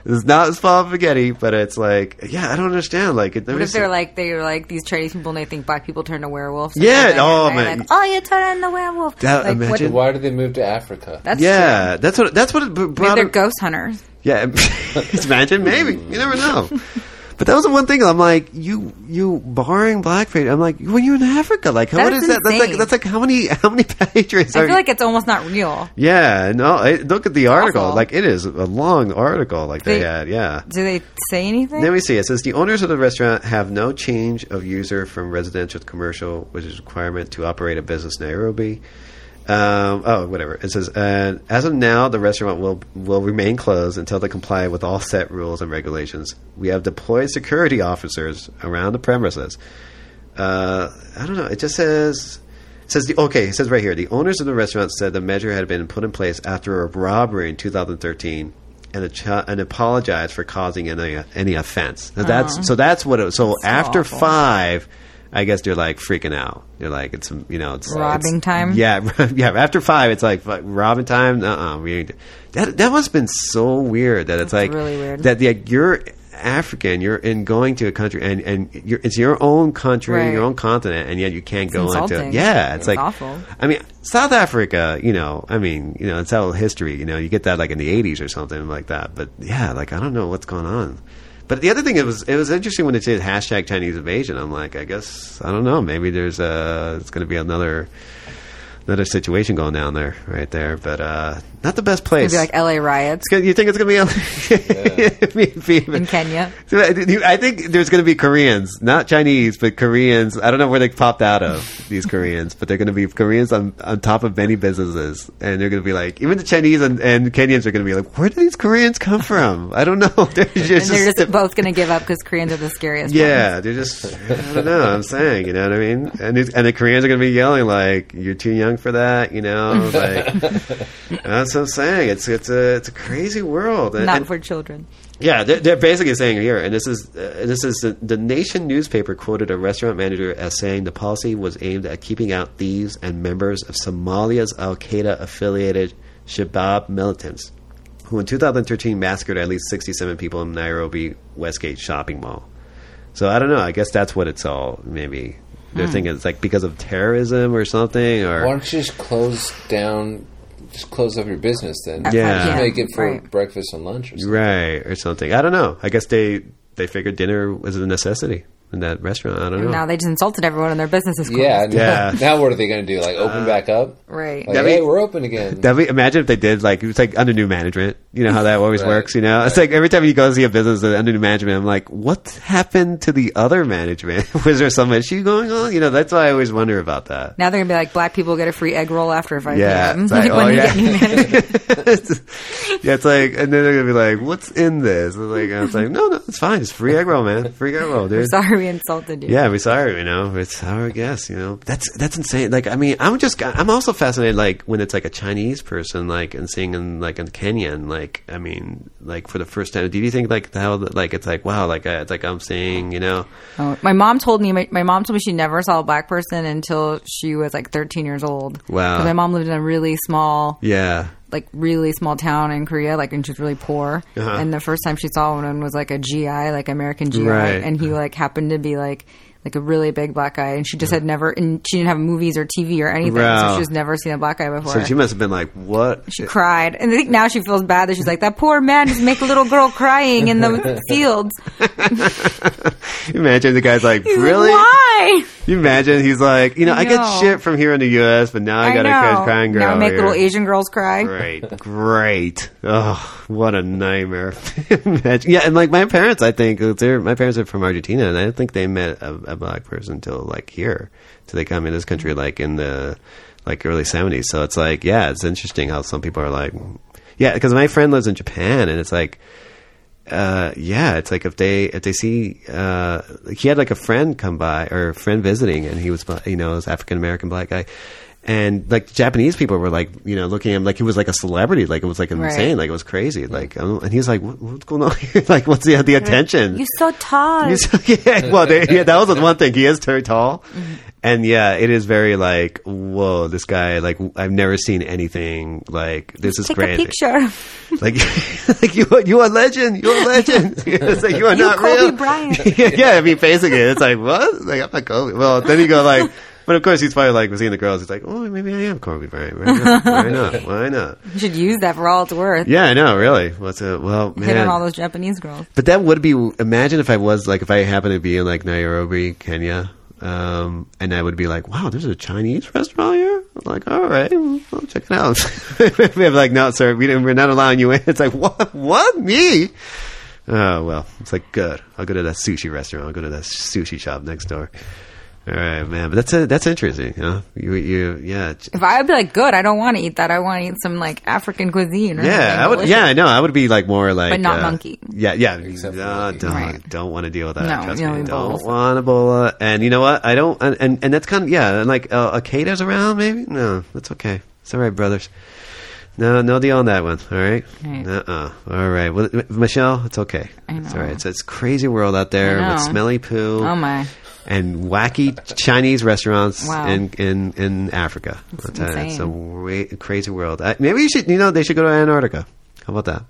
S1: It's not involved spaghetti, but it's like yeah I don't understand like it,
S3: What if they're like they're like these Chinese people and they think black people turn to werewolves?
S1: Yeah,
S3: Like,
S1: oh,
S3: they're
S1: man.
S3: Like, oh, you turn into werewolf.
S1: That-
S3: like,
S1: imagine-
S3: What,
S2: Why did they move to Africa?
S3: that's true.
S1: yeah that's what that's what it b-
S3: Maybe
S1: brought
S3: they're
S1: up-
S3: ghost hunters.
S1: Yeah, imagine maybe you never know. But that was the one thing I'm like, you you barring black patrons. I'm like, when you're in Africa, like how
S3: That
S1: what is
S3: is
S1: that? That's like
S3: insane.
S1: that's like how many how many patrons
S3: I
S1: are?
S3: feel like it's almost not real.
S1: yeah, no. I, look at the article.
S3: awful.
S1: Like it is a long article. Like they,
S3: They-
S1: had, yeah.
S3: Do they say anything?
S1: Then we see it says the owners of the restaurant have no change of user from residential to commercial, which is a requirement to operate a business in Nairobi. Um, oh, whatever. It says uh, as of now, the restaurant will will remain closed until they comply with all set rules and regulations. We have deployed security officers around the premises. Uh, I don't know. It just says. it Says the okay. It says right here. The owners of the restaurant said the measure had been put in place after a robbery in 2013, and a ch- and apologized for causing any any offense. So that's so that's what. It, so after
S3: Oh. awful.
S1: five, I guess they're like freaking out. They're like it's you know it's
S3: Robbing
S1: it's-
S3: time?
S1: Yeah, yeah. After five, it's like fuck, robbing time. Uh, uh we ain't. That that must have been so weird that it's like
S3: really weird.
S1: that like you're African, you're in going to a country and and you're, it's your own country,
S3: Right.
S1: your own continent, and yet you can't go into
S3: insulting.
S1: yeah. It's
S3: It's
S1: like
S3: awful.
S1: I mean, South Africa, you know, I mean, you know, it's all history. You know, you get that like in the '80s or something like that. But yeah, like I don't know what's going on. But the other thing, it was it was interesting when it said hashtag Chinese invasion. I'm like, I guess I don't know. Maybe there's uh it's going to be another another situation going down there, right there. But uh not the best place.
S3: Maybe like L.A. riots
S1: It's gonna- you think it's going to be, be-
S3: in Kenya.
S1: so I I think there's going to be Koreans, not Chinese, but Koreans. I don't know where they popped out of these Koreans, but they're going to be Koreans on, on top of many businesses, and they're going to be like, even the Chinese and, and Kenyans are going to be like, where do these Koreans come from? I don't know. They're just,
S3: And they're just
S1: just-
S3: both going to give up because Koreans are the scariest.
S1: yeah, they're just. I don't know. I'm saying, you know what I mean. And it's, and the Koreans are going to be yelling like, "You're too young for that," you know. Like, that's what I'm saying. It's it's a it's a crazy world. And-
S3: ones. not
S1: and-
S3: for children.
S1: yeah, they're, they're basically saying here, and this is uh, this is the, the Nation newspaper quoted a restaurant manager as saying the policy was aimed at keeping out thieves and members of Somalia's Al Qaeda affiliated Shabab militants, who in 2013 massacred at least 67 people in Nairobi Westgate shopping mall. So I don't know. I guess that's what it's all maybe. They're thinking it's like because of terrorism or something,
S2: Why
S1: or
S2: don't you just close down? Just close up your business then.
S1: Yeah.
S2: Just make it for
S3: Right.
S2: breakfast and lunch or something.
S1: right or something. I don't know. I guess they they figured dinner was a necessity. in that restaurant. I don't know.
S3: Now they just insulted everyone and their business is closed.
S2: Yeah.
S1: Yeah. Uh,
S2: Now what are they going to do? Like open back up?
S3: Right.
S2: Like,
S1: That'd be-
S2: hey, we're open again.
S1: That'd be, imagine if they did like it's like under new management. You know how that always
S2: Right,
S1: works. You know, it's like every time you go see a business that's under new management, I'm like, what happened to the other management? Was there some issue going on? You know, that's why I always wonder about that.
S3: Now they're gonna be like, black people get a free egg roll after 5
S1: Yeah,
S3: p.m.
S1: it's like,
S3: Like, when
S1: oh,
S3: you
S1: yeah.
S3: get new management.
S1: yeah, it's like, and then they're gonna be like, what's in this? And like, I was like, no, no, it's fine. It's free egg roll, man. Free egg roll, dude.
S3: Sorry, we insulted you.
S1: Yeah, we sorry, you know. It's our guess, you know. That's that's insane. Like, I mean, I'm just I'm also fascinated like when it's like a Chinese person like and seeing in like in Kenyan like I mean like for the first time. Do you think like how like it's like wow like uh, it's like I'm seeing you know
S3: Oh, my mom told me. My, my mom told me she never saw a black person until she was like 13 years old.
S1: Wow.
S3: 'Cause my mom lived in a really small,
S1: yeah
S3: like really small town in Korea, like, and she was really poor.
S1: Uh-huh.
S3: And the first time she saw one was like a GI, like American GI,
S1: Right.
S3: and he like happened to be like. Like a really big black guy, and she just had never, and she didn't have movies or TV or anything,
S1: Wow.
S3: so she's never seen a black guy before.
S1: so she must have been like what
S3: She cried, and I think now she feels bad that she's like that poor man just make a little girl crying in the fields.
S1: imagine the guy's like
S3: He's like,
S1: really
S3: Why?
S1: you imagine he's like you know I get
S3: No.
S1: shit from here in the U.S. but now I, got
S3: know.
S1: a crying girl
S3: Now make
S1: here.
S3: little Asian girls cry.
S1: Great, great. Oh, what a nightmare! Imagine- yeah, and like my parents, I think uh, they're my parents are from Argentina, and I don't think they met a, a black person until like here, till they come in this country, like in the like early seventies. So it's like, yeah, it's interesting how some people are like, yeah, because my friend lives in Japan, and it's like uh, yeah, it's like if they if they see uh, he had like a friend come by or a friend visiting, and he was you know this African American black guy, and like Japanese people were like you know looking at him like he was like a celebrity, like it was like insane,
S3: Right.
S1: like it was crazy, like um, and he's like what, what's going on here, like what's the the attention?
S3: You so tall.
S1: He's- yeah, well, they, yeah, that was the one thing. He is very tall,
S3: Mm-hmm.
S1: and yeah, it is very like whoa, this guy like I've never seen anything like this is
S3: Take
S1: great.
S3: a picture.
S1: Like, like you, you are legend. You are legend. it's like you are
S3: You
S1: not
S3: Kobe
S1: real.
S3: Bryant.
S1: yeah, yeah, I mean, basically, it's like what? Like I'm not Kobe. Well, then you go like, but of course he's probably like seeing the girls. He's like, oh, maybe I am Kobe Bryant. Why not? Why not? Why not?
S3: You should use that for all it's worth.
S1: Yeah, I know. Really, what's a well,
S3: Hit on all
S1: man.
S3: those Japanese girls.
S1: But that would be. Imagine if I was like, if I happened to be in like Nairobi, Kenya. Um, and I would be like, "Wow, there's a Chinese restaurant here." I'm like, "All right, well, check it out." They're like, "No, sir, we didn't, we're not allowing you in." It's like, "What? What? Me? Oh well, it's like good. I'll go to that sushi restaurant. I'll go to that sushi shop next door. All right, man. But that's a, that's interesting. Huh? You you yeah ch-
S3: If I would be like, good, I don't want to eat that. I want to eat some like African cuisine. Or something
S1: yeah I would
S3: delicious.
S1: yeah I know I would be like more like uh,
S3: But not monkey.
S1: Yeah yeah
S2: Except for
S1: Uh,
S2: monkey.
S1: don't
S3: Right.
S1: don't want to deal with that.
S3: No,
S1: trust
S3: you
S1: me.
S3: don't need
S1: don't
S3: Ebola.
S1: want Ebola. And you know what? I don't. And and, and that's kind of yeah. And like uh, Akeda's around maybe. No, that's okay. It's all right, brothers. No, no deal on that one. All right.
S3: Right.
S1: Uh uh All right. Well, M- Michelle, it's okay.
S3: I
S1: It's
S3: know.
S1: all right. It's, it's crazy world out there
S3: I know.
S1: with smelly poo.
S3: Oh my.
S1: and wacky Chinese restaurants
S3: Wow.
S1: in, in, in Africa. It's, it's a
S3: insane.
S1: way, crazy world. I, maybe you should, you know, they should go to Antarctica. How about that?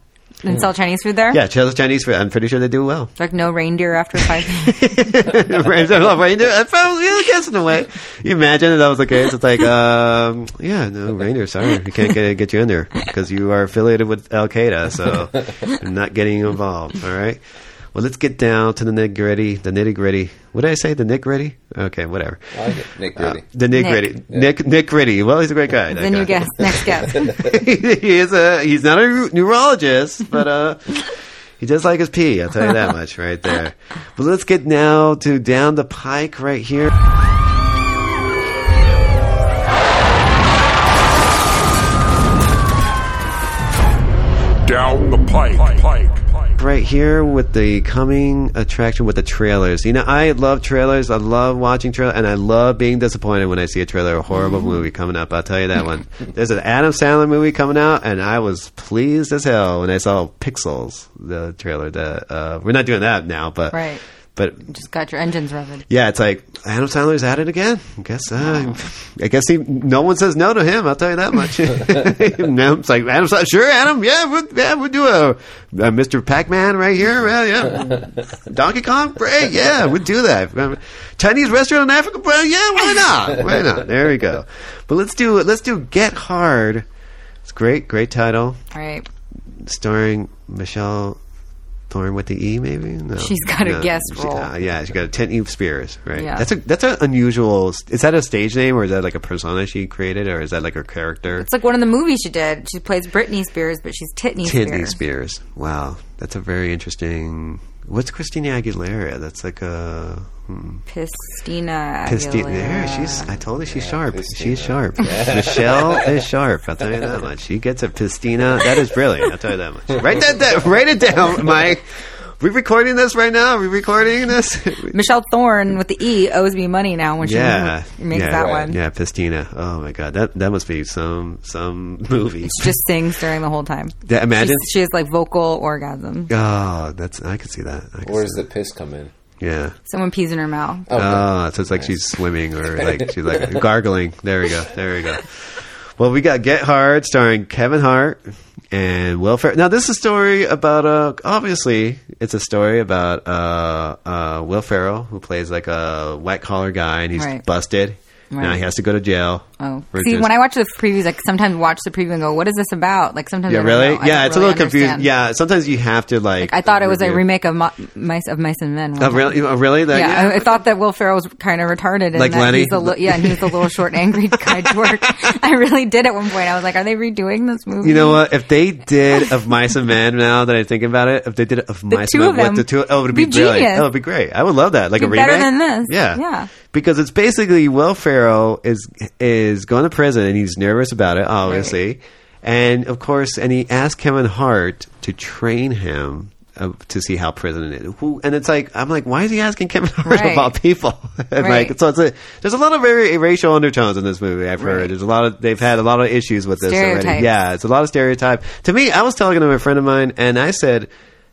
S3: And sell Chinese food there?
S1: Mm. Yeah, Ch- Chinese food. I'm pretty sure they do well.
S3: Like no reindeer after five.
S1: Reindeer, love reindeer. I probably I guess in a way. You imagine if that was the case. It's like, um, yeah, no reindeer. Sorry, we can't get get you in there because you are affiliated with Al Qaeda. So I'm not getting you involved. All right. Well, let's get down to the nitty gritty. The nitty gritty. What did I say? The nitty gritty. Okay, whatever.
S2: I like it. Nick Gritty.
S1: Uh, the Nick,
S3: Nick.
S1: Gritty. Nick Nick Gritty. Well, he's a great guy. that
S3: the new
S1: guy.
S3: guest, next guest.
S1: he is a he's not a neu- neurologist, but uh, he does like his pee. I'll tell you that much right there. But let's get now to down the pike right here.
S4: Down the pike. pike, pike.
S1: right here with the coming attraction with the trailers. You know, I love trailers. I love watching trailers, and I love being disappointed when I see a trailer, a horrible movie coming up. I'll tell you that one. There's an Adam Sandler movie coming out, and I was pleased as hell when I saw Pixels, the trailer. The uh, we're not doing that now, but
S3: Right.
S1: But
S3: Just got your engines revving.
S1: yeah, it's like Adam Sandler's at it again. I guess uh, I guess he no one says no to him. I'll tell you that much. no, it's like Adam Sandler. Sure, Adam. Yeah, we'll, yeah, we'll do a, a Mr. Pac-Man right here. Yeah, yeah. Donkey Kong. Great. Yeah, we'll do that. Um, Chinese restaurant in Africa. Well, yeah, why not? Why not? There we go. But let's do let's do Get Hard. It's a great, great title
S3: All right.
S1: starring Michelle Thorne with the E, maybe. No,
S3: She's got a
S1: No.
S3: guest
S1: She-
S3: role.
S1: uh, yeah, she got a Tent Eve Spears. Right.
S3: Yeah.
S1: That's a that's an unusual. Is that a stage name or is that like a persona she created or is that like her character?
S3: It's like one of the movies she did. She plays Britney Spears, but she's Titney
S1: Tidney
S3: Spears.
S1: Spears. Wow, that's a very interesting. What's Christina Aguilera? That's like a hmm,
S3: Pistina.
S1: Christi-
S3: Aguilera.
S1: There, she's. I told her she's sharp.
S2: Christina.
S1: She's sharp. Michelle is sharp. I'll tell you that much. She gets a Pistina. That is brilliant. I'll tell you that much. Write that. that write it down, Mike. We recording this right now. we recording this.
S3: Michelle Thorne with the E owes me money now when she
S1: yeah,
S3: makes
S1: yeah,
S3: that one.
S1: Yeah, Pistina. Oh my god, that that must be some some movie.
S3: She just sings during the whole time.
S1: That- imagine.
S3: She's- she has like vocal orgasm.
S1: Oh, that's I could see that. I could
S2: Where
S1: see
S2: does the piss come in?
S1: Yeah.
S3: Someone pees in her mouth.
S2: Oh,
S1: Oh, so it's like she's swimming or like she's like gargling. There we go. There we go. Well, we got Get Hard starring Kevin Hart and Will Ferrell. Now, this is a story about uh obviously it's a story about uh, uh, Will Ferrell who plays like a white collar guy and he's
S3: Right.
S1: busted. Now
S3: Right.
S1: he has to go to jail.
S3: Oh,
S1: for
S3: see,
S1: just-
S3: when I watch the previews, I sometimes watch the preview and go, "What is this about?" Like sometimes,
S1: yeah,
S3: I don't
S1: really,
S3: know. I
S1: yeah,
S3: don't
S1: it's
S3: really
S1: a little confusing.
S3: understand.
S1: Yeah, sometimes you have to like.
S3: I thought it was a
S1: review.
S3: remake of Mo- Mice of Mice and Men.
S1: Oh, really? Oh, really? That-
S3: Yeah, I, I thought that Will Ferrell was kind of retarded. And
S1: Like
S3: that
S1: Lenny?
S3: He's a li- yeah, and he was a little short, and angry guy twerk. I really did at one point. I was like, "Are they redoing this movie?"
S1: You know what? If they did of Mice and Men, now that I think about it, if they did of Mice
S3: two
S1: and
S3: of
S1: Men
S3: them
S1: with the two, oh, it would be,
S3: be
S1: brilliant.
S3: genius.
S1: Oh, it'd be great. I would love that, like a
S3: Be
S1: remake.
S3: better than this.
S1: Yeah,
S3: Yeah.
S1: Because it's basically Will Ferrell is is going to prison and he's nervous about it, obviously, and of course, and he asked Kevin Hart to train him. Uh, to see how prison is, who, and it's like I'm like, why is he asking Kevin Hart
S3: Right.
S1: about people? and
S3: Right.
S1: Like, so it's a there's a lot of very racial undertones in this movie. I've
S3: Right.
S1: heard there's a lot of they've had a lot of issues with this
S3: Stereotypes.
S1: already. Yeah, yeah, it's a lot of stereotype. To me, I was talking to a friend of mine, and I said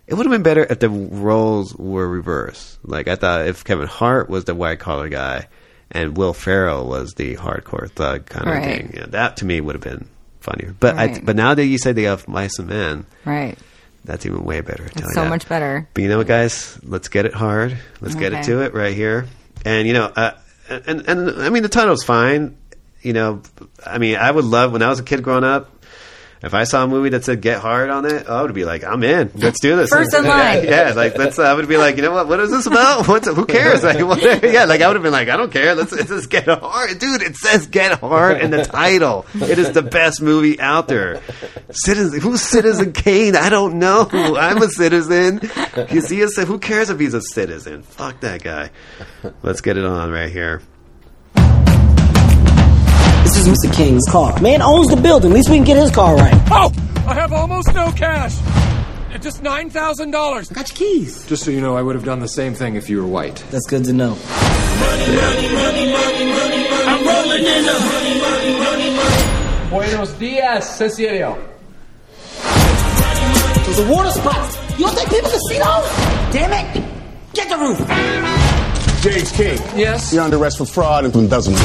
S1: it would have been better if the roles were reversed. Like I thought, if Kevin Hart was the white collar guy, and Will Ferrell was the hardcore thug kind
S3: Right.
S1: of thing, you know, that to me would have been funnier. But I,
S3: Right.
S1: but now that you say they have mice and men,
S3: right?
S1: that's even way better. I tell
S3: It's
S1: you
S3: so
S1: that.
S3: much better.
S1: But you know what, guys? Let's get it hard. Let's get
S3: Okay.
S1: it to it right here. And you know, uh, and and I mean, the title's fine. You know, I mean, I would love when I was a kid growing up. If I saw a movie that said "Get Hard" on it, I would be like, "I'm in. Let's do this."
S3: First in line.
S1: yeah. Like that's. I would be like, you know what? What is this about? What's who cares? Like, what, yeah. Like I would have been like, I don't care. Let's, let's just get hard, dude. It says "Get Hard" in the title. It is the best movie out there. Citizen, who's Citizen Kane? I don't know. I'm a citizen. Is he a, ci- who cares if he's a citizen? Fuck that guy. Let's get it on right here.
S5: This is Mr. King's car. Man owns the building. At least we can get his car right.
S4: Oh! I have almost no cash! Uh, Just $9,000.
S5: Got your keys.
S6: Just so you know, I would have done the same thing if you were white.
S5: That's good to know.
S6: Buenos dias, Cecilio.
S5: There's a water spot. You don't think people can see those? Damn it! Get the roof.
S7: James King,
S6: Yes?
S7: you're under arrest for fraud and embezzlement.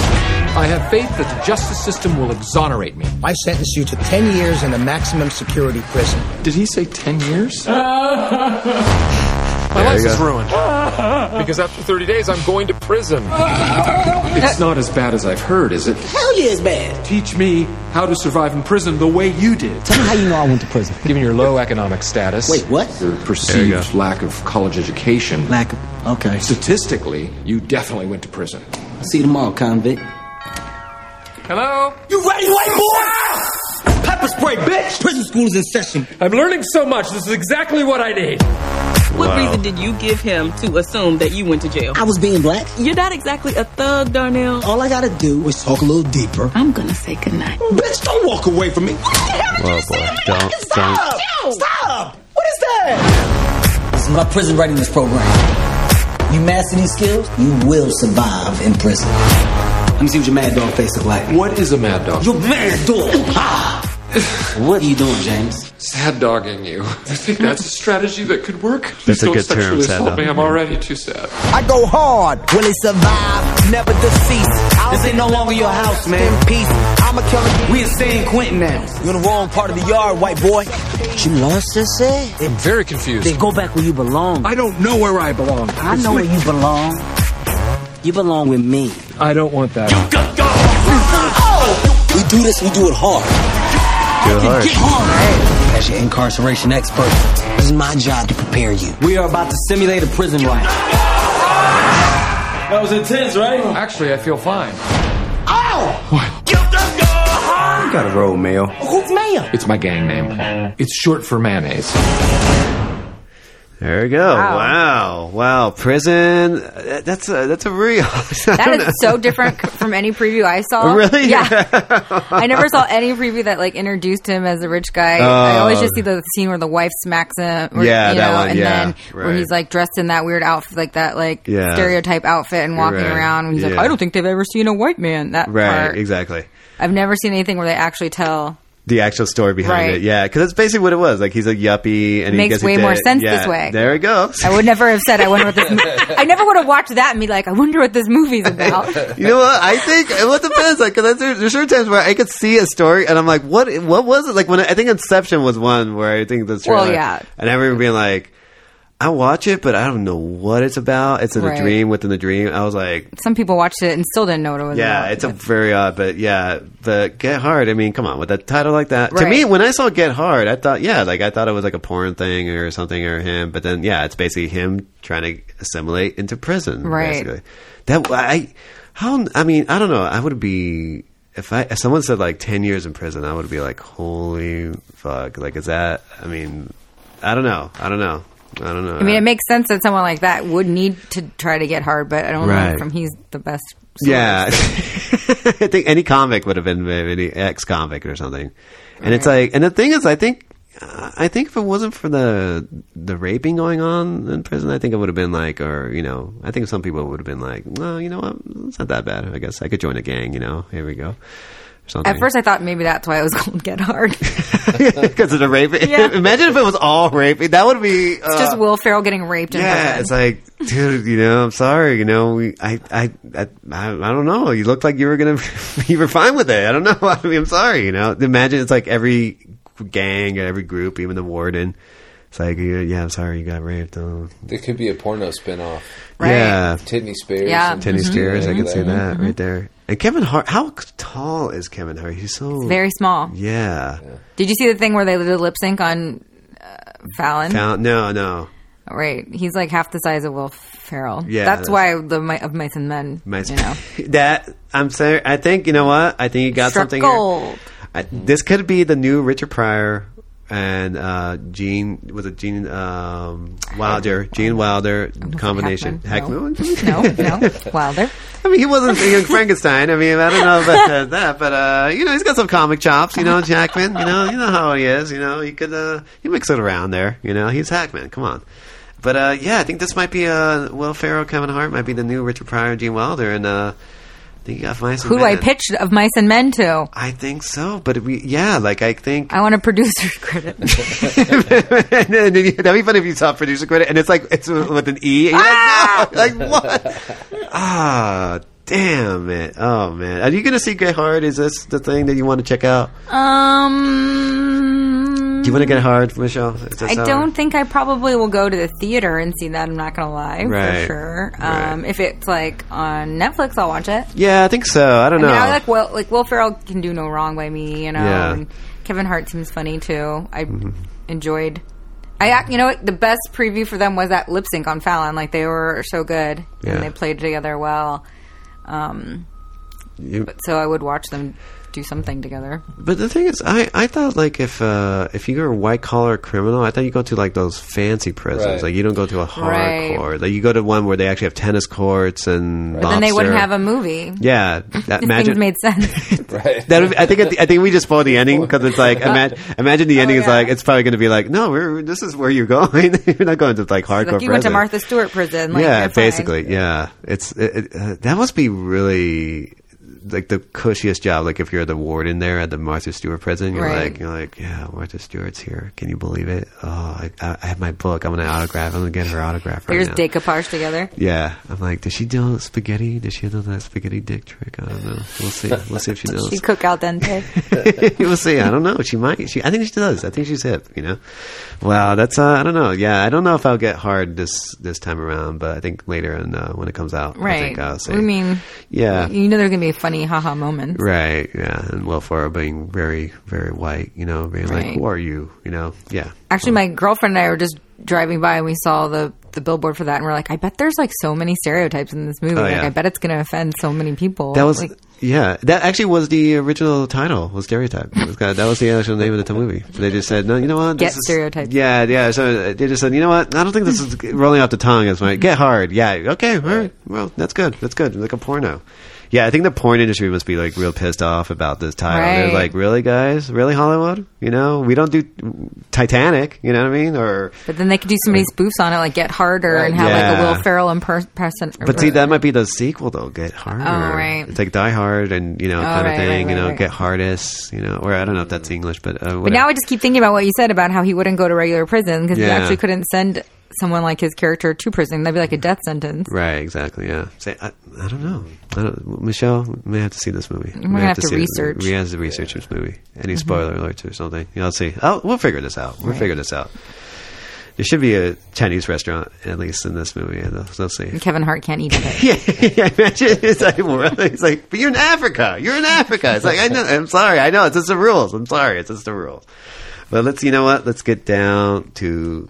S6: I have faith that the justice system will exonerate me.
S8: I sentence you to 10 years in a maximum security prison.
S6: Did he say 10 years? My life is ruined. Because after 30 days, I'm going to prison. It's not as bad as I've heard, is it?
S5: Hell yeah, it's bad.
S6: Teach me how to survive in prison the way you did.
S5: Tell me how you know I went to prison.
S6: Given your low economic status,
S5: Wait, what?
S6: Your perceived lack of college education,
S5: Lack of. Okay.
S6: statistically, you definitely went to prison.
S5: See you tomorrow, convict.
S6: Hello?
S5: You ready, white boy? Pepper spray, bitch. Prison school is in session.
S6: I'm learning so much. This is exactly what I need.
S9: What reason did you give him to assume that you went to jail?
S5: I was being black.
S9: You're not exactly a thug, Darnell.
S5: All I gotta do was talk a little deeper.
S9: I'm gonna say goodnight.
S7: Bitch, don't walk away from me.
S1: Oh boy, don't don't.
S5: Stop! What is that? This is my prison readiness program. You master these skills, you will survive in prison. Let me see what your mad dog face look like.
S6: What is a mad dog?
S5: Your mad dog! Ah! What are you doing, James?
S6: sad dogging you. I think that's a strategy that could work. Please
S1: a
S6: don't
S1: good term,
S6: sexually
S1: sad
S6: assault me.
S1: dogging.
S6: I'm already too sad.
S8: I go hard. Will it survive? Never deceased.
S5: This ain't no longer your house, man.
S8: Peace. I'm a killer.
S5: We in San Quentin now.
S8: You're in the wrong part of the yard, white boy.
S5: You lost this, eh?
S6: I'm very confused.
S8: Then go back where you belong.
S6: I don't know where I belong.
S8: I know where you belong. You belong with me.
S6: I don't want that.
S5: We do this, we do it hard.
S1: Go hard.
S5: Hey, as your incarceration expert, this is my job to prepare you. We are about to simulate a prison riot.
S10: That was intense, right? Actually, I feel fine.
S6: You got a roll, Mayo. Who's Mayo? It's my gang name. It's short for mayonnaise.
S1: There we go. Wow, wow, prison. uh, That's a, that's a real.
S3: That is so different c- from any preview I saw.
S1: Oh, Really?
S3: Yeah. I never saw any preview that like introduced him as a rich guy. I
S1: Oh.
S3: always just see the scene where the wife smacks him. Or,
S1: Yeah,
S3: you
S1: that
S3: know,
S1: one,
S3: And
S1: yeah,
S3: then where
S1: right.
S3: he's like dressed in that weird outfit, like that like
S1: Yeah.
S3: stereotype outfit, and walking
S1: Right,
S3: around. And he's like,
S1: yeah.
S3: I don't think they've ever seen a white man. That
S1: Right.
S3: part.
S1: Exactly.
S3: I've never seen anything where they actually tell.
S1: The actual story behind
S3: Right.
S1: it. Yeah, because that's basically what it was. Like he's a yuppie, and he
S3: Makes
S1: gets he
S3: way
S1: did
S3: more
S1: it.
S3: sense
S1: Yeah,
S3: this way.
S1: There we go.
S3: I would never have said. I wonder what this. mo- I never would have watched that and be like, I wonder what this movie's about.
S1: You know what? I think well, it depends. Like, 'cause there's, there's certain times where I could see a story, and I'm like, what? What was it? Like when I, I think Inception was one where I think that's
S3: Well, yeah.
S1: and I remember being like. I watch it, but I don't know what it's about. It's in
S3: Right.
S1: a dream within a dream. I was like,
S3: Some people watched it and still didn't know what it was.
S1: yeah,
S3: about.
S1: it's a very odd, but yeah, the Get Hard. I mean, come on, with a title like that. To
S3: Right.
S1: me, when I saw Get Hard, I thought, yeah, like I thought it was like a porn thing or something or him, but then yeah, it's basically him trying to assimilate into prison.
S3: Right.
S1: Basically. That I how I mean I don't know. I would be if I if someone said like ten years in prison, I would be like, holy fuck! Like, is that? I mean, I don't know. I don't know. I don't know.
S3: I mean, it makes sense that someone like that would need to try to get hard, but I don't know
S1: Right.
S3: from he's the best.
S1: Yeah, I think any convict would have been maybe any ex-convict or something. And it's like, and the thing is, I think, I think if it wasn't for the the raping going on in prison, I think it would have been like, or you know, I think some people would have been like, well, you know what, it's not that bad. I guess I could join a gang. You know, here we go. Or something.
S3: At first, I thought maybe that's why it was called Get Hard. It's
S1: because of the raping.
S3: Yeah.
S1: Imagine if it was all raping. That would be uh,
S3: just Will Ferrell getting raped.
S1: yeah,
S3: in
S1: it's like, dude, you know, I'm sorry, you know, we, I, I, I, I I don't know. You looked like you were gonna, you were fine with it. I don't know. I mean, I'm sorry, you know. Imagine it's like every gang or every group, even the warden. It's like, yeah, yeah, I'm sorry, you got raped. Oh.
S2: There could be a porno spinoff.
S3: Right.
S1: Yeah,
S2: Tidney Spears.
S3: Yeah. Mm-hmm.
S2: and- Mm-hmm.
S1: Tenny Spears. I can see
S2: Yeah.
S1: that right there. And Kevin Hart. How tall is Kevin Hart? He's so
S3: Very small.
S1: Yeah.
S3: Did you see the thing where they did a lip sync on uh, Fallon?
S1: Talent- No, no.
S3: Right, he's like half the size of Will Ferrell.
S1: Yeah,
S3: that's
S1: that's-
S3: why the Mi- of Mice and Men.
S1: Mice-
S3: You know,
S1: that I'm saying. I think you know what. I think you got
S3: Struck
S1: something. here.
S3: gold.
S1: I, this could be the new Richard Pryor and uh, Gene was it Gene um, Wilder, Gene Wilder combination.
S3: Hackman?
S1: Hackman.
S3: No, no, Wilder.
S1: I mean, he wasn't a young Frankenstein. I mean, I don't know about uh, that, but uh, you know, he's got some comic chops. You know, Jackman. You know, you know how he is. You know, he could uh, he mix it around there. You know, he's Hackman. Come on. But uh, yeah, I think this might be uh, Will Ferrell, Kevin Hart might be the new Richard Pryor, Gene Wilder, and uh, I think you got Mice and
S3: Who do I
S1: Men.
S3: pitched of Mice and Men to?
S1: I think so, but we yeah, like I think
S3: I want a producer credit.
S1: and then you- that'd be funny if you saw producer credit, and it's like it's with an E. And you're
S3: Ah!
S1: like, no! like what? Ah, damn it! Oh man, are you gonna see Get Hard? Is this the thing that you want to check out?
S3: um,
S1: Do you want to get hard, Michelle? Is this
S3: I
S1: how-
S3: don't think I probably will go to the theater and see that. I'm not going to lie for
S1: Right.
S3: sure. Um,
S1: Right.
S3: If it's like on Netflix, I'll watch it.
S1: Yeah, I think so. I don't
S3: I
S1: know.
S3: mean, I like Will, like Will Ferrell can do no wrong by me, you know.
S1: Yeah. Mm-hmm.
S3: And Kevin Hart seems funny too. I enjoyed. I ac- you know what the best preview for them was that lip sync on Fallon. Like they were so good
S1: Yeah.
S3: and they played together well. Um,
S1: You-
S3: so I would watch them do something together.
S1: But the thing is, I, I thought like if uh, if you were a white collar criminal, I thought you go to like those fancy prisons.
S2: Right.
S1: Like you don't go to a
S3: Right.
S1: hardcore. Like you go to one where they actually have tennis courts and.
S3: Then they
S1: lobster.
S3: wouldn't have a movie.
S1: Yeah, that
S3: These things
S1: imagine
S3: made sense.
S2: Right.
S1: That would- I think at the- I think we just spoiled the ending because it's like imagine, imagine the ending is
S3: yeah.
S1: like it's probably going to be like no we're this is where you're going you're not going to like hardcore
S3: like you went to
S1: prison.
S3: Martha Stewart prison. Like,
S1: yeah
S3: you're fine.
S1: basically yeah it's it, it, uh, that must be really like the cushiest job like if you're the warden there at the Martha Stewart prison you're
S3: Right.
S1: like you're like yeah Martha Stewart's here can you believe it oh I, I I have my book I'm gonna autograph I'm gonna get her autograph right
S3: There's
S1: now.
S3: decoupage together.
S1: yeah I'm like does she do spaghetti does she know that spaghetti dick trick I don't know we'll see we'll see if she knows
S3: She cook out then. too.
S1: we'll see. I don't know. She might. She. I think she does. I think she's hip. You know. Wow. That's. Uh, I don't know. Yeah. I don't know if I'll get hard this this time around, but I think later and uh, when it comes out, I
S3: Right.
S1: think I'll see.
S3: I mean,
S1: Yeah.
S3: you know there's gonna be a funny haha moments.
S1: Right, yeah, and Will Ferrell being very, very white, you know, being like,
S3: Right.
S1: "Who are you?" You know, yeah.
S3: Actually, my girlfriend and I were just driving by and we saw the the billboard for that, and we're like, I bet there's like so many stereotypes in this movie.
S1: Oh,
S3: like,
S1: yeah.
S3: I bet it's going to offend so many people.
S1: That was
S3: like,
S1: yeah. That actually was the original title was stereotype. It was kind of- that was the actual name of the movie. They just said, "No, you know what?
S3: get
S1: This is-
S3: stereotypes.
S1: Yeah, yeah. So uh, they just said, you know what? I don't think this is rolling off the tongue as much. Get hard. Yeah. Okay. All right. Well, that's good. That's good. Like a porno. Yeah, I think the porn industry must be like real pissed off about this title. They're
S11: Right.
S1: like, really, guys? Really, Hollywood? You know, we don't do Titanic. You know what I mean? Or
S3: But then they could do so many spoofs on it, like Get Harder, and have like a
S1: Yeah.
S3: Will Ferrell and person.
S1: But see, that might be the sequel though. Get harder.
S3: Oh, right.
S1: It's like Die Hard and you know
S3: Oh,
S1: kind of
S3: right,
S1: thing.
S3: right,
S1: you know,
S3: right, Mm.
S1: get hardest. You know, or I don't know if that's English, but uh,
S3: But
S1: whatever.
S3: now I just keep thinking about what you said about how he wouldn't go to regular prison because he
S1: Yeah.
S3: actually couldn't send someone like his character to prison. That'd be like a death sentence.
S1: right, exactly. Yeah. Say, I, I don't know. I don't, Michelle may have to see this movie.
S3: gonna have to
S1: see it.
S3: research.
S1: We have to research this movie. Any
S3: Mhm.
S1: spoiler alerts or something? You know, let's see. Oh, we'll figure this out. We'll
S3: Right.
S1: figure this out. There should be a Chinese restaurant at least in this movie. and Let's let's see.
S3: And Kevin Hart can't eat it.
S1: yeah, imagine it's like, it's like, but you're in Africa. You're in Africa. It's like, I know, I'm sorry. I know. It's just the rules. I'm sorry. It's just the rules. But let's, you know what? Let's get down to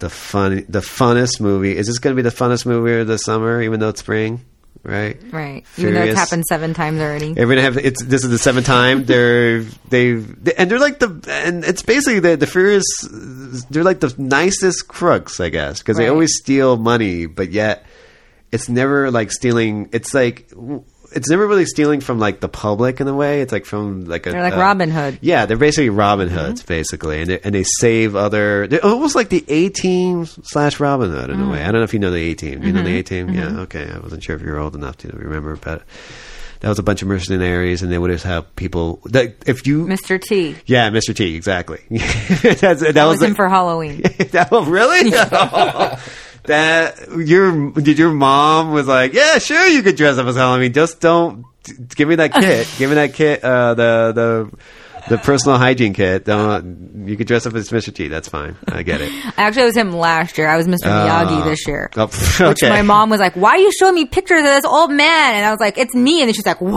S1: the fun, the funnest movie. Is this going to be the funnest movie of the summer, even though it's spring? Right?
S3: Right. Even though
S1: Furious.
S3: it's happened seven times already.
S1: They're gonna have it's. This is the seventh time they're they've they- and they're like the and it's basically the the Furious. They're like the nicest crooks, I guess, because they
S11: Right.
S1: always steal money, but yet it's never like stealing. It's like it's never really stealing from like the public in a way. It's like from like a
S3: They're like
S1: a-
S3: Robin Hood.
S1: Yeah, they're basically
S3: Mm-hmm.
S1: Robin Hoods, basically, and they, and they save other. They're almost like the A Team slash Robin Hood in
S3: Mm.
S1: a way. I don't know if you know the A Team. Do you know the A
S11: Mhm,
S3: Mm-hmm.
S1: Team? Yeah. Okay, I wasn't sure if you're old enough to remember, but that was a bunch of mercenaries, and they would just have people. That, if you,
S3: Mr. T.
S1: yeah, Mr. T, exactly. That's, that,
S3: That
S1: was
S3: was him
S1: like,
S3: for Halloween.
S1: that was really that your did your mom was like, yeah, sure, you could dress up as Halloween. Just don't d- give me that kit. give me that kit. Uh, the the. The personal hygiene kit. Don't, you could dress up as Mr. T. That's fine. I get it.
S3: Actually, it was him last year. I was Mr. Miyagi
S1: Uh,
S3: this year.
S1: oh, okay.
S3: Which my mom was like, "Why are you showing me pictures of this old man?" And I was like, "It's me." And then she's like, "What?"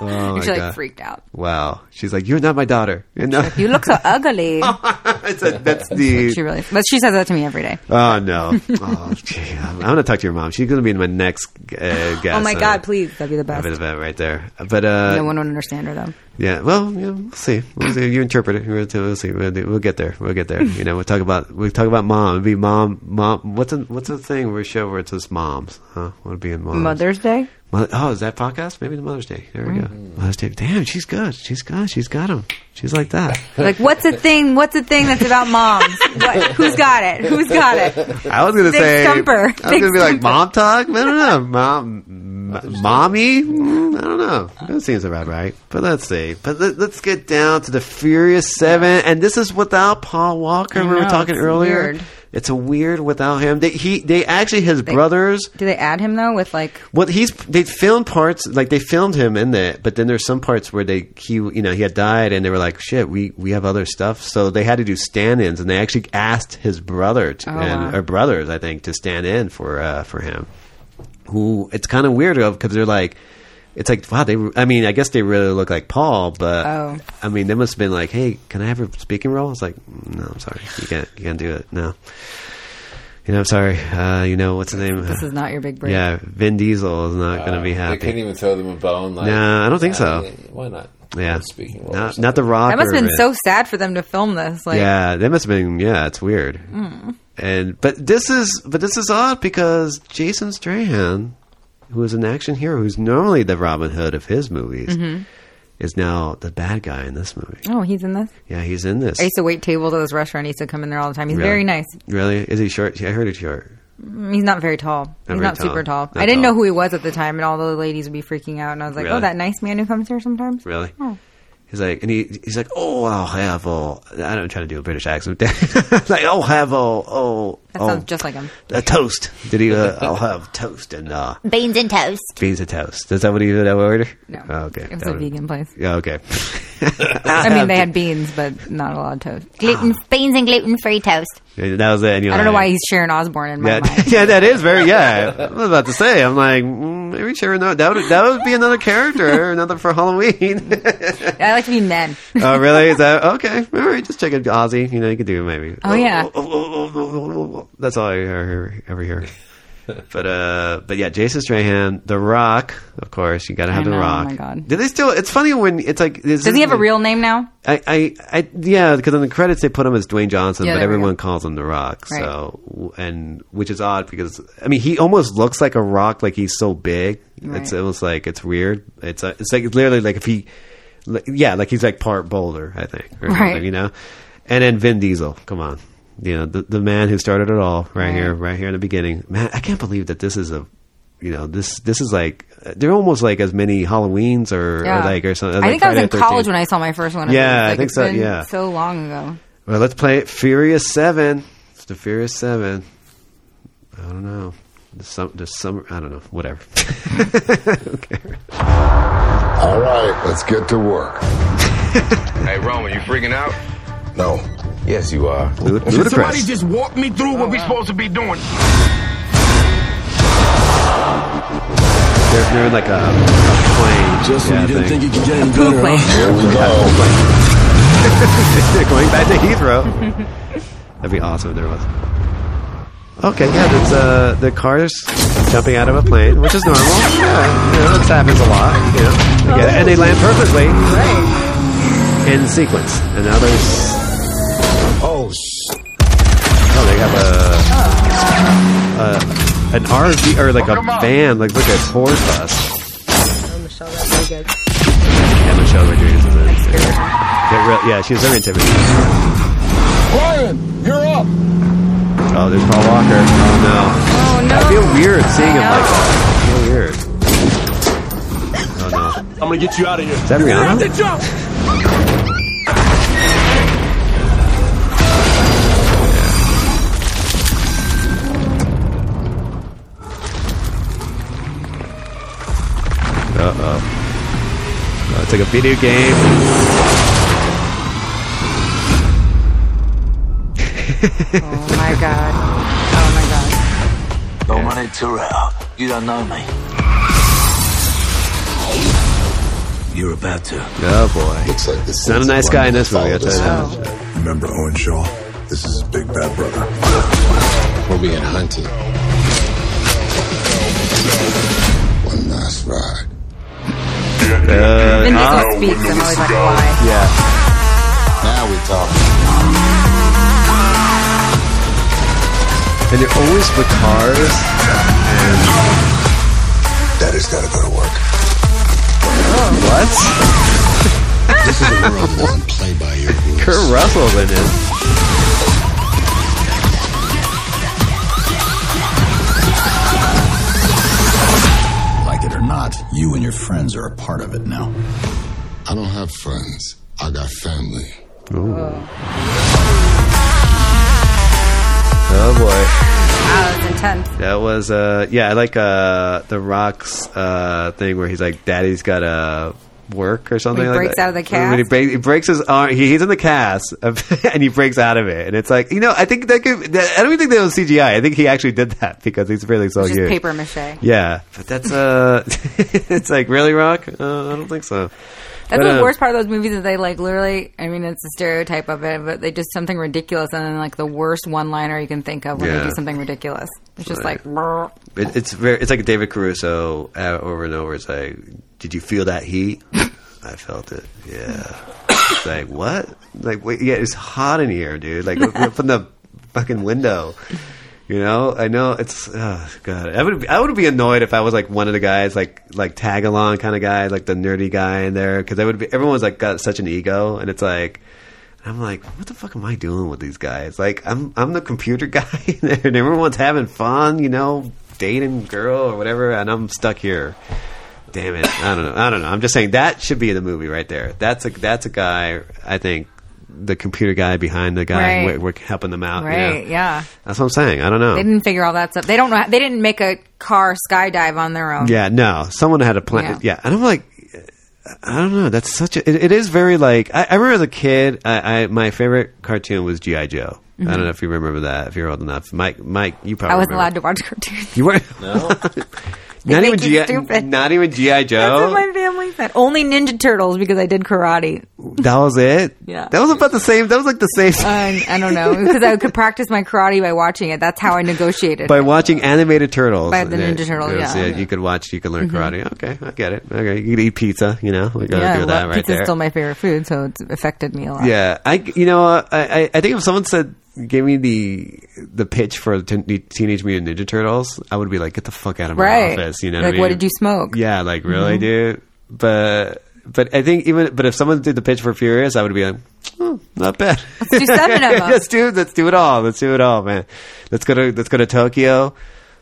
S1: Oh, my
S3: and she like
S1: God.
S3: freaked out.
S1: Wow. She's like, you're not my daughter. You're not-
S3: You look so ugly.
S1: Oh. that's the.
S3: she really, but she says that to me every day.
S1: Oh no! Oh, gee, I'm gonna talk to your mom. She's gonna be in my next uh, guest.
S3: oh my
S1: on
S3: god,
S1: it.
S3: please, that'd be the best.
S1: Bit of that right there, but uh,
S3: no one would understand her though.
S1: yeah. Well, yeah, we'll see. We'll see. You interpret it. We'll, we'll see. We'll, do- we'll get there. We'll get there. You know, we'll talk about we'll talk about mom. It'll be mom. Mom. What's a, what's the thing where show where it's just moms? Huh? Would be in moms.
S3: Mother's Day.
S1: Mother- oh, is that podcast? Maybe the Mother's Day. There we go. Mother's Day. Damn, she's good. She's good. She's got him. She's like that.
S3: Like, what's a thing? What's a thing that's about moms? what, who's got it? Who's got it?
S1: I was gonna
S3: Big
S1: say
S3: stumper.
S1: I was
S3: Big
S1: gonna be like mom talk. I don't know, mom, m- mommy. Mm, I don't know. That seems about right. But let's see. But let, let's get down to the Furious Seven, and this is without Paul Walker.
S11: I
S1: we were
S11: know,
S1: talking
S11: it's
S1: earlier.
S11: weird.
S1: It's a weird without him. They, he they actually his brothers.
S3: Do they add him though? With like,
S1: Well, he's they filmed parts like they filmed him in that, but then there's some parts where they he you know he had died, and they were like, "Shit, we we have other stuff," so they had to do stand-ins, and they actually asked his brother to,
S11: Oh,
S1: and
S11: wow.
S1: or brothers, I think, to stand in for uh, for him. Who it's kind of weird of because they're like. It's like wow, they. I mean, I guess they really look like Paul, but
S11: Oh.
S1: I mean, they must have been like, "Hey, can I have a speaking role?" It's like, no, I'm sorry, you can't, you can't do it. No, you know, I'm sorry. Uh, you know, what's the name?
S3: This is not your big break.
S1: Yeah, Vin Diesel is not going to be
S2: Uh, They
S1: happy.
S2: couldn't even throw them a bone. Like,
S1: no, I don't think
S2: uh,
S1: so.
S2: yeah, Why not?
S1: Yeah,
S2: Speaking role or
S1: not, not the Rock.
S3: that must
S1: or
S3: have been
S1: Vin.
S3: so sad for them to film this. Like,
S1: yeah, that must have been. Yeah, it's weird.
S3: Mm.
S1: And but this is but this is odd because Jason Strahan, who is an action hero, who's normally the Robin Hood of his movies,
S3: Mhm.
S1: is now the bad guy in this movie.
S3: Oh, he's in this.
S1: Yeah, he's in this.
S3: I used to wait tables at this restaurant. He used to come in there all the time. He's
S1: Really?
S3: very nice.
S1: Really? Is he short? Yeah, I heard he's short.
S3: Mm, He's not very tall.
S1: Not
S3: He's
S1: very
S3: not
S1: tall.
S3: super tall.
S1: Not
S3: I didn't
S1: tall.
S3: know who he was at the time, and all the ladies would be freaking out. And I was like,
S1: Really?
S3: "Oh, that nice man who comes here sometimes."
S1: Really?
S3: Oh.
S1: He's like, and he, he's like, oh, I'll have a. I don't try to do a British accent. like, I'll have a. Oh,
S3: That
S1: oh,
S3: sounds just like him.
S1: a toast. Did he? Uh, I'll have toast and uh,
S3: Beans and toast.
S1: beans and toast. Is that what he did? That order?
S3: No.
S1: Oh, okay.
S3: It was
S1: That
S3: a
S1: would-
S3: vegan place.
S1: Yeah. Okay.
S3: I mean, they had beans, but not a lot of toast.
S1: Ah.
S3: Gluten beans and gluten free toast.
S1: that was it. and you're
S3: I don't know
S1: like-
S3: why he's Sharon Osbourne in my
S1: Yeah,
S3: mind.
S1: yeah, that is very. Yeah, I was about to say. I'm like, mm, Maybe sure not. That would that would be another character, another for Halloween.
S12: I like to be men.
S1: oh, really? Is that okay? All right, just check it, Ozzy. You know, you could do it maybe.
S12: Oh yeah.
S1: That's all I ever, ever hear. but uh, but yeah, Jason Strahan, The Rock, of course. You got to have
S12: I know,
S1: The
S12: oh
S1: Rock.
S12: my God.
S1: Do they still? It's funny when it's like. Is
S12: Does he have a real name now?
S1: I, I, I yeah, because in the credits they put him as Dwayne Johnson,
S12: Yeah,
S1: but
S12: there we go.
S1: everyone calls him The Rock.
S12: Right.
S1: So, and which is odd because I mean he almost looks like a rock, like he's so big. It's
S12: Right.
S1: almost like it's weird. It's uh, it's like it's literally like if he, like, yeah, like he's like part Boulder, I think, or
S12: Right.
S1: something, you know. And then Vin Diesel, come on, you know the the man who started it all, right, here, right here in the beginning. Man, I can't believe that this is a. You know this. This is like they're almost like as many Halloweens or, or like or something.
S12: I
S1: like
S12: think I was
S1: Friday
S12: in
S1: the
S12: college
S1: 13th.
S12: when I saw my first one. of
S1: Yeah,
S12: those.
S1: I
S12: Like,
S1: think
S12: it's
S1: so,
S12: been
S1: yeah.
S12: so long ago.
S1: Well, let's play it. Furious Seven. It's the Furious Seven. I don't know. The some, the summer. I don't know. Whatever.
S13: All right, let's get to work.
S14: Hey, Roman, you freaking out?
S13: No.
S14: Yes, you are.
S13: Ludicrous.
S14: Somebody just walk me through what we're supposed to be doing.
S1: They're doing like a, a plane. Just
S14: when you didn't
S1: think
S14: you could get
S1: any
S14: better, huh?
S1: Here we go. They're going back to Heathrow. That'd be awesome if there was. Okay, yeah, there's uh, the cars jumping out of a plane, which is normal. Yeah, you know, this happens a lot. You know, I get it. and they land perfectly in sequence. And now there's oh, sh- oh, they have a, a an RV or like a van, like like a tour bus.
S15: Michelle Rodriguez.
S1: Yeah, Michelle Rodriguez is in. Yeah, real, yeah, she was very intimidating.
S7: Brian, you're up.
S1: Oh, there's Paul Walker. Oh no.
S7: no.
S1: Oh I feel weird seeing him like that. I feel weird. Oh no.
S10: I'm gonna get you out of here.
S1: Is that Rihanna?
S10: the jump.
S1: Uh oh. It's like a video game.
S12: Oh my god. Oh
S5: Dominic Toretto, you don't know me. You're about to.
S1: Oh boy.
S13: Looks like this.
S1: Not a nice guy in this movie, I'll tell you that much.
S13: Remember Owen Shaw? This is his big bad brother. We'll be in hunting. One last ride.
S1: Uh,
S12: my god. Vin
S1: ah.
S12: Diesel speaks. I'm always like, why?
S1: Yeah.
S13: Now we talk.
S1: And they're always with cars. And
S13: Daddy's gotta go to work.
S1: what?
S13: this is a world that doesn't play by your rules.
S1: Kurt Russell's in it.
S16: Like it or not, you and your friends are a part of it now.
S13: I don't have friends. I got family.
S1: Oh boy.
S12: Wow, that's intense.
S1: That was uh yeah, I like uh the Rock's uh thing where he's like daddy's got to work or something
S12: When he
S1: like
S12: breaks
S1: that.
S12: out of the cast?
S1: When he, break, he breaks his arm he, he's in the cast of- and he breaks out of it and it's like you know I think that could that, I don't even think that was CGI I think he actually did that because he's really so
S12: It's just
S1: huge
S12: paper mache.
S1: yeah but that's uh it's like really Rock uh, I don't think so
S12: That's
S1: But,
S12: the
S1: uh,
S12: worst part of those movies is they like literally. I mean, it's a stereotype of it, but they just something ridiculous, and then like the worst one-liner you can think of when
S1: Yeah.
S12: they do something ridiculous. It's just
S1: Right.
S12: like, brr.
S1: It, it's very. It's like David Caruso uh, over and over. It's like, did you feel that heat? I felt it. Yeah. it's like what? Like wait, yeah, it's hot in here, dude. Like open the fucking window. You know, I know it's oh god. I would I would be annoyed if I was like one of the guys like like tag along kind of guy, like the nerdy guy in there, because I would be. Everyone's like got such an ego, and it's like. I'm like, what the fuck am I doing with these guys? Like, I'm I'm the computer guy, and everyone's having fun, you know, dating girl or whatever, and I'm stuck here. Damn it! I don't know. I don't know. I'm just saying that should be in the movie right there. That's a that's a guy. I think the computer guy behind the guy.
S12: Right.
S1: We're, we're helping them out. you know?
S12: right? Yeah.
S1: That's what I'm saying. I don't know.
S12: They didn't figure all that stuff. They don't know. They didn't make a car skydive on their own.
S1: Yeah, no. Someone had a plan. Yeah. and I'm like, I don't know. That's such a. It, it is very like. I, I remember as a kid, I, I my favorite cartoon was GI Joe. I
S3: Mm-hmm.
S1: don't know if you remember that. If you're old enough, Mike, Mike, you probably
S12: I wasn't
S1: remember.
S12: allowed to watch cartoons.
S1: You weren't. No. Not even,
S3: make you
S1: G-
S3: stupid.
S1: not even G.I.
S3: That's what
S1: Joe.
S3: my family said. Only Ninja Turtles because I did karate.
S1: that was it.
S3: Yeah.
S1: That was about the same. That was like the same.
S3: Um, I don't know because I could practice my karate by watching it. That's how I negotiated.
S1: by watching animated turtles.
S3: By the Ninja Turtle,
S1: Yes,
S3: yeah.
S1: You could watch, you can learn
S3: Mhm.
S1: karate. Okay, I get it. Okay, you could eat pizza, you know. We gotta
S3: yeah,
S1: do that
S3: well,
S1: right
S3: pizza's
S1: there.
S3: still my favorite food, so it's affected me a lot.
S1: yeah, I, you know, uh, I, I- I think if someone said, gave me the the pitch for t- the Teenage Mutant Ninja Turtles, I would be like, get the fuck out of my
S3: Right.
S1: office, you know
S3: like,
S1: what I mean?
S3: what did you smoke?
S1: Yeah, like really,
S3: Mhm.
S1: dude. But but I think even but if someone did the pitch for Furious, I would be like, "Hmm, not bad.
S3: Let's do seven of 'em.
S1: let's do let's do it all. Let's do it all, man. Let's go to let's go to Tokyo.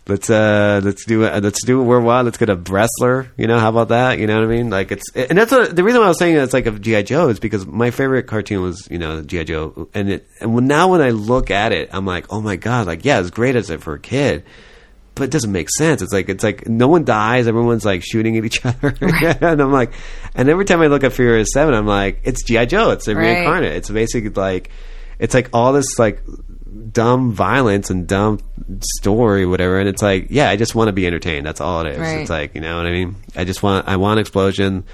S1: Let's uh let's do it. Let's do it worldwide. Let's get a wrestler. You know how about that? You know what I mean? Like it's and that's what the reason why I was saying it's like of GI Joe is because my favorite cartoon was you know GI Joe and it and when, now when I look at it I'm like oh my god like yeah it's great as it for a kid but it doesn't make sense. It's like it's like no one dies. Everyone's like shooting at each other, and I'm like, and every time I look at Furious Seven, I'm like, it's GI Joe. It's a
S17: Right.
S1: reincarnate. It's basically like, it's like all this like dumb violence and dumb story, whatever. And it's like, yeah, I just want to be entertained. That's all it is.
S17: Right.
S1: It's like you know what I mean. I just want I want explosion,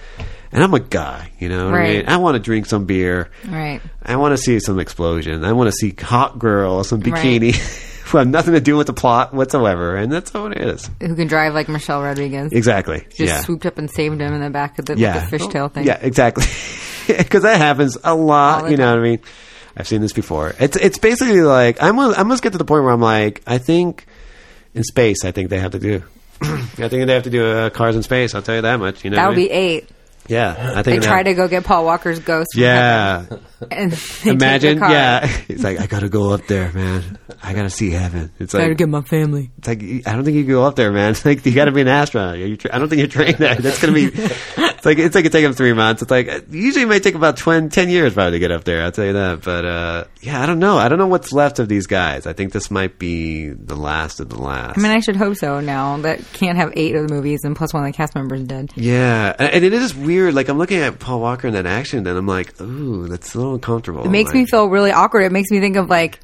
S1: and I'm a guy. You know what I
S3: Right.
S1: mean. I want to drink some beer.
S3: Right.
S1: I want to see some explosion. I want to see hot girls, some
S3: Right.
S1: bikini, who have nothing to do with the plot whatsoever, and that's how it is.
S3: Who can drive like Michelle Rodriguez?
S1: Exactly.
S3: Just
S1: yeah.
S3: swooped up and saved him in the back of the, with
S1: yeah.
S3: the fishtail thing.
S1: Yeah, exactly. Because that happens a
S3: All
S1: lot.
S3: the
S1: You know what I mean? I've seen this before. It's it's basically like I'm I must get to the point where I'm like I think in space I think they have to do. I think they have to do uh, cars in space. I'll tell you that much. You know
S3: that
S1: what
S3: would
S1: I mean?
S3: be eight.
S1: yeah. I
S3: They
S1: think
S3: try to go get Paul Walker's ghost. from
S1: yeah.
S3: heaven, And they take the
S1: Imagine,
S3: car.
S1: yeah. It's like I gotta go up there, man. I gotta see heaven. It's
S3: Gotta
S1: like
S3: get my family.
S1: It's like I don't think you go up there, man. It's like you gotta be an astronaut. You tra- I don't think you're trained there. That's gonna be. It's like it's like it take them three months. It's like it usually might take about 20, 10 years probably to get up there. I'll tell you that. But uh, yeah, I don't know. I don't know what's left of these guys. I think this might be the last of the last.
S3: I mean, I should hope so now. That can't have eight of the movies and plus one of the cast members dead.
S1: yeah, and and it is weird. Like I'm looking at Paul Walker in that action, and I'm like, ooh, that's a little uncomfortable.
S3: It makes
S1: Like-
S3: me feel really awkward. It makes me think of like,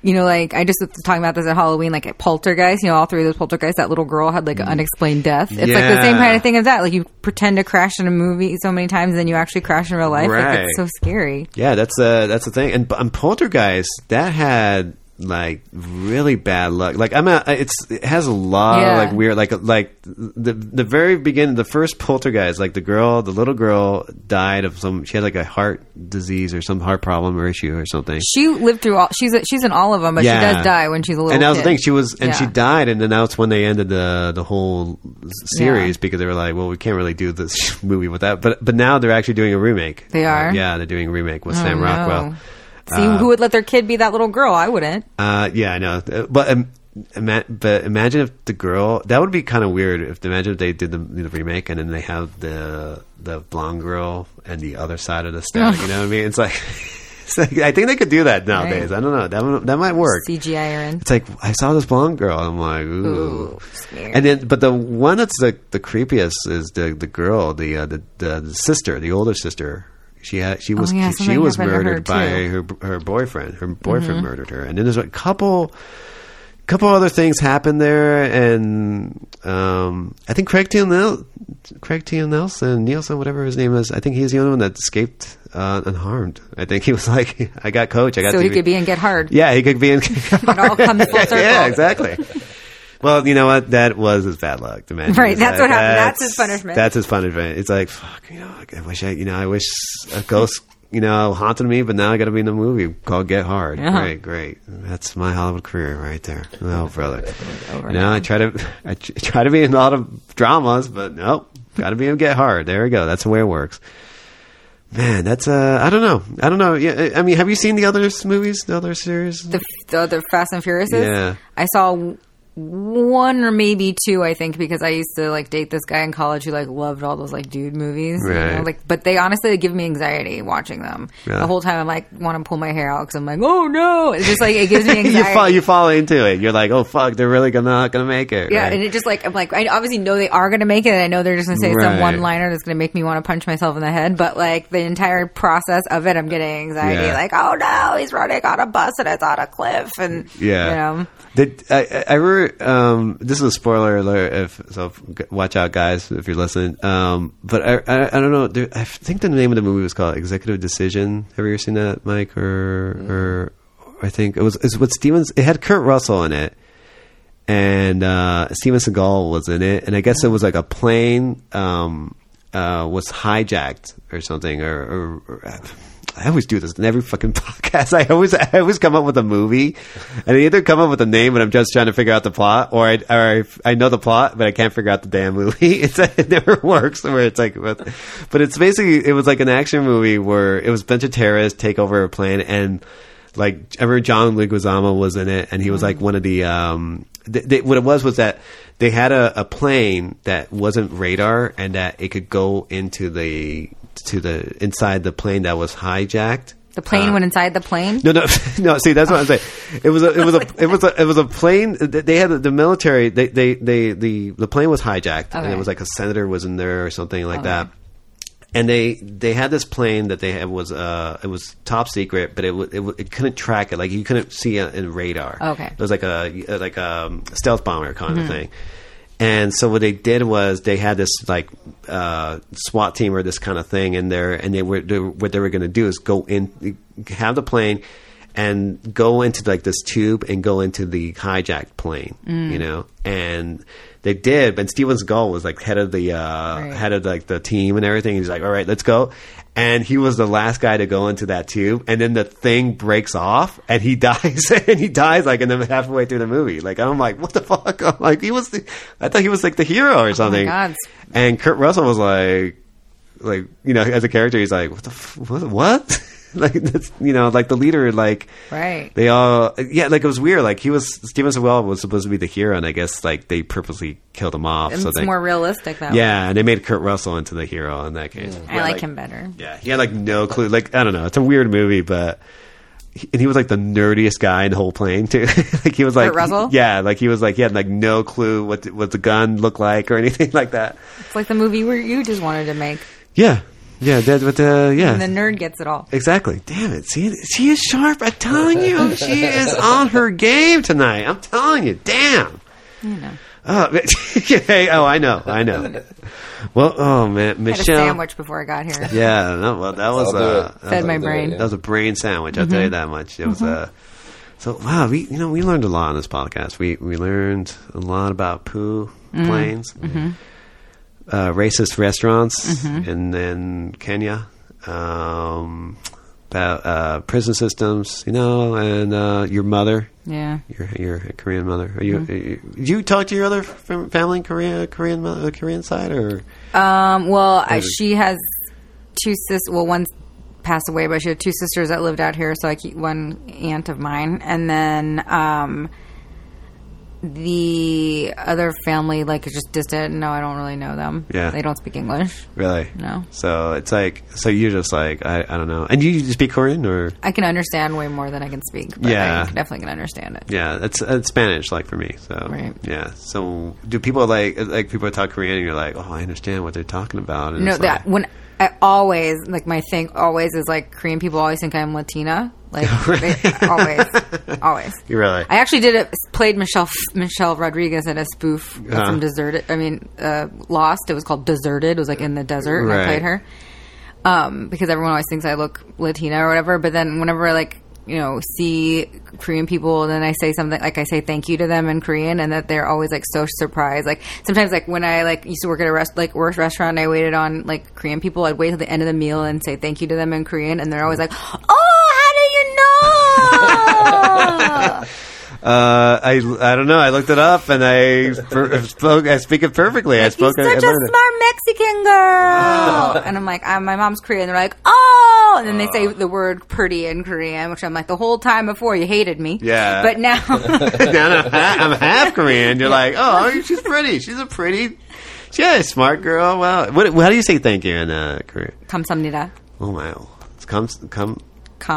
S3: you know, like I just was talking about this at Halloween, like at Poltergeist. You know, all three of those Poltergeists. That little girl had like an unexplained death. It's like the same
S1: Mm. Yeah.
S3: kind of thing as that. Like you pretend to crash in a movie so many times, and then you actually crash in real life. Like
S1: Right.
S3: it's so scary.
S1: Yeah, that's uh that's the thing. And, and Poltergeist that had like really bad luck. Like I'm a, it's it has a lot
S17: Yeah.
S1: of like weird like like the the very beginning the first Poltergeist like the girl the little girl died of some she had like a heart disease or some heart problem or issue or something.
S3: She lived through all. She's a, she's in all of them, but
S1: Yeah.
S3: she does die when she's a little.
S1: and that was the
S3: kid.
S1: thing. She was, and she
S3: Yeah.
S1: died, and then that's when they ended the the whole s- series because they were like, "Well, we can't really do this movie with that." But but now they're actually doing a remake.
S3: They are?
S1: yeah, they're doing a remake with
S3: Oh,
S1: Sam
S3: no.
S1: Rockwell.
S3: See,
S1: Uh,
S3: who would let their kid be that little girl? I wouldn't.
S1: Uh, yeah, I know. Uh, But um, ima- but imagine if the girl that would be kind of weird. If imagine if they did the, the remake and then they have the the blonde girl and the other side of the stack. you know what I mean? It's like, it's like I think they could do that nowadays.
S3: Right.
S1: I don't know. That would- that might work.
S3: CGI her in.
S1: It's like I saw this blonde girl. I'm like, ooh.
S3: Ooh, scary.
S1: and then, but the one that's the the creepiest is the the girl, the uh, the, the the sister, the older sister. She had she
S17: Oh,
S1: was
S17: yeah,
S1: she
S17: something
S1: was
S17: happened to her,
S1: murdered by her her boyfriend. Her boyfriend
S17: Mhm.
S1: murdered her, and then there's a couple couple other things happened there, and um, I think Craig T. Nel- Craig T. Nelson, Nielsen, whatever his name is, I think he's the only one that escaped uh, unharmed. I think he was like, I got coach, I got.
S3: so he
S1: TV.
S3: could be and get hard.
S1: Yeah, he could be in.
S3: It all comes full circle.
S1: yeah, exactly. Well, you know what? That was his bad luck. to imagine.
S3: Right,
S1: It's
S3: that's
S1: like,
S3: what happened. That's his punishment.
S1: That's his punishment. It's like, fuck, you know, I wish I, you know, I wish a ghost, you know, haunted me, but now I got to be in a movie called Get Hard.
S3: Uh-huh.
S17: Yeah.
S1: Great, great. That's my Hollywood career right there. Oh, brother. you know, I try to, I tr- try to be in a lot of dramas, but nope, got to be in Get Hard. There we go. That's the way it works. Man, that's uh, I don't know, I don't know. Yeah, I I mean, have you seen the other s- movies, the other series?
S3: The, the other Fast and Furious.
S1: Yeah.
S3: I saw w- one or maybe two, I think, because I used to like date this guy in college who like loved all those like dude movies. you know,
S1: Right.
S3: Like, but they honestly give me anxiety watching them.
S1: Yeah.
S3: The whole time I'm like, want to pull my hair out because I'm like, oh no! It's just like it gives me
S1: you
S3: anxiety.
S1: fall you fall into it. You're like, oh fuck, they're really gonna not gonna make it.
S3: Yeah,
S1: right?
S3: and it just like I'm like I obviously know they are going to make it. And I know they're just going to say some
S1: Right.
S3: one liner that's going to make me want to punch myself in the head. But like the entire process of it, I'm getting anxiety.
S1: Yeah.
S3: Like, oh no, he's running on a bus and it's on a cliff, and
S1: Yeah.
S3: you know,
S1: Did I, I, I remember remember um, this is a spoiler alert. If so, g- watch out, guys, if you're listening. Um, but I, I, I don't know. There, I think the name of the movie was called Executive Decision. Have you ever seen that, Mike? Or, or I think it was it's what Stevens. It had Kurt Russell in it, and uh, Steven Seagal was in it. And I guess it was like a plane um, uh, was hijacked or something, or. or, or I always do this in every fucking podcast. I always, I always come up with a movie, and I either come up with a name, and I'm just trying to figure out the plot, or I, or I, I know the plot, but I can't figure out the damn movie. It's, it never works. Where it's like, but, but it's basically, it was like an action movie where it was a bunch of terrorists take over a plane, and like, I remember John Leguizamo was in it, and he was like one of the, um, they, they, what it was was that they had a, a plane that wasn't radar, and that it could go into the to the inside the plane that was hijacked.
S3: The plane
S1: uh,
S3: went inside the plane.
S1: No, no, no. See, that's what I'm saying. It was a, it was a, it was a, it was a plane. They had the, the military. They, they, they, the, the plane was hijacked,
S3: Okay.
S1: and it was like a senator was in there or something like
S3: Okay.
S1: that. And they, they had this plane that they had was uh it was top secret, but it w- it, w- it couldn't track it. Like you couldn't see it in radar.
S3: Okay.
S1: it was like a like a stealth bomber kind of
S3: Mhm.
S1: thing. And so what they did was they had this like uh, SWAT team or this kind of thing in there, and they were they, were- what they were going to do is go in, have the plane, and go into like this tube and go into the hijacked plane,
S18: Mm.
S1: you know. And they did, but Steven Seagal was like head of the uh, head of like the team and everything. He's like, all right, let's go. And he was the last guy to go into that tube, and then the thing breaks off, and he dies, and he dies like in the halfway through the movie. Like I'm like, what the fuck? I'm like he was, the, I thought he was like the hero or something.
S3: Oh God.
S1: And Kurt Russell was like, like you know, as a character, he's like, what the f- what? what? like that's you know, like the leader, like
S3: Right.
S1: they all yeah, like it was weird. Like he was Steven Seagal was supposed to be the hero, and I guess like they purposely killed him off.
S3: It's
S1: so they,
S3: more realistic that way.
S1: yeah, and they made Kurt Russell into the hero in that case.
S3: I
S1: Yeah,
S3: like, him better.
S1: Yeah, he had like no clue. Like I don't know, it's a weird movie, but he, and he was like the nerdiest guy in the whole plane too. like he was like
S3: Kurt Russell?
S1: Yeah, like he was like he had like no clue what the, what the gun looked like or anything like that.
S3: It's like the movie where you just wanted to make,
S1: Yeah, yeah, that, but uh, yeah,
S3: and the nerd gets it all.
S1: Exactly. Damn it. See, she is sharp. I'm telling you, she is on her game tonight. I'm telling you. Damn.
S3: You know,
S1: Oh, hey, oh, I know, I know. Well, oh man,
S3: I had a
S1: Michelle.
S3: sandwich before I got here.
S1: Yeah, no, well, that was
S3: I'll do
S1: uh,
S3: it.
S1: that
S3: Fed
S1: was-
S3: my brain.
S1: That was a brain sandwich. I'll tell you that much. It was
S3: Mhm.
S1: uh, so wow. We you know we learned a lot on this podcast. We we learned a lot about poo
S3: Mhm.
S1: planes,
S3: Mhm.
S1: uh, racist restaurants,
S3: Mhm.
S1: and then Kenya. Um, about uh, prison systems, you know, and uh, your mother.
S3: Yeah.
S1: Your your Korean mother. Are
S3: Mm-hmm.
S1: you, you you talk to your other fam- family in Korea, Korean mother, Korean side, or
S3: Um, well, I,
S1: Maybe.
S3: she has two sis. Well, one's passed away, but she had two sisters that lived out here. So I keep one aunt of mine, and then um, the other family like is just distant. No, I don't really know them.
S1: Yeah.
S3: they don't speak English.
S1: Really?
S3: No.
S1: So it's like, so you're just like, I, I don't know. And you just speak Korean or?
S3: I can understand way more than I can speak. But
S1: Yeah.
S3: I definitely can understand it.
S1: Yeah, that's it's Spanish, like for me. So
S3: Right.
S1: yeah. So do people like like people talk Korean and you're like, oh, I understand what they're talking about. And
S3: No,
S1: it's like,
S3: that when I always like my thing always is like Korean people always think I'm Latina. Like
S1: Oh,
S3: they- always, always.
S1: you really.
S3: I actually did it. Played Michelle Michelle Rodriguez in a spoof
S1: Uh-huh.
S3: of some deserted. I mean, uh, Lost. It was called Deserted. It was like in the desert. And I
S19: Right.
S3: played her um, because everyone always thinks I look Latina or whatever. But then whenever I like you know see Korean people, and then I say something like I say thank you to them in Korean, and that they're always like so surprised. Like sometimes like when I like used to work at a rest like work restaurant, and I waited on like Korean people. I'd wait till the end of the meal and say thank you to them in Korean, and they're always like, oh, how do you know?
S1: Uh, I I don't know. I looked it up and I per- spoke. I speak it perfectly. I spoke. I, I
S3: such a
S1: learned it.
S3: smart Mexican girl. and I'm like, i my mom's Korean. They're like, oh, and then they
S1: Uh.
S3: say the word pretty in Korean, which I'm like, the whole time before you hated me.
S1: Yeah.
S3: But now,
S1: now I'm, ha- I'm half Korean. You're like, oh, she's pretty. She's a pretty. Yeah, smart girl. Wow. What, how do you say thank you in uh, Korean?
S3: 감사합니다.
S1: Oh my. It's come come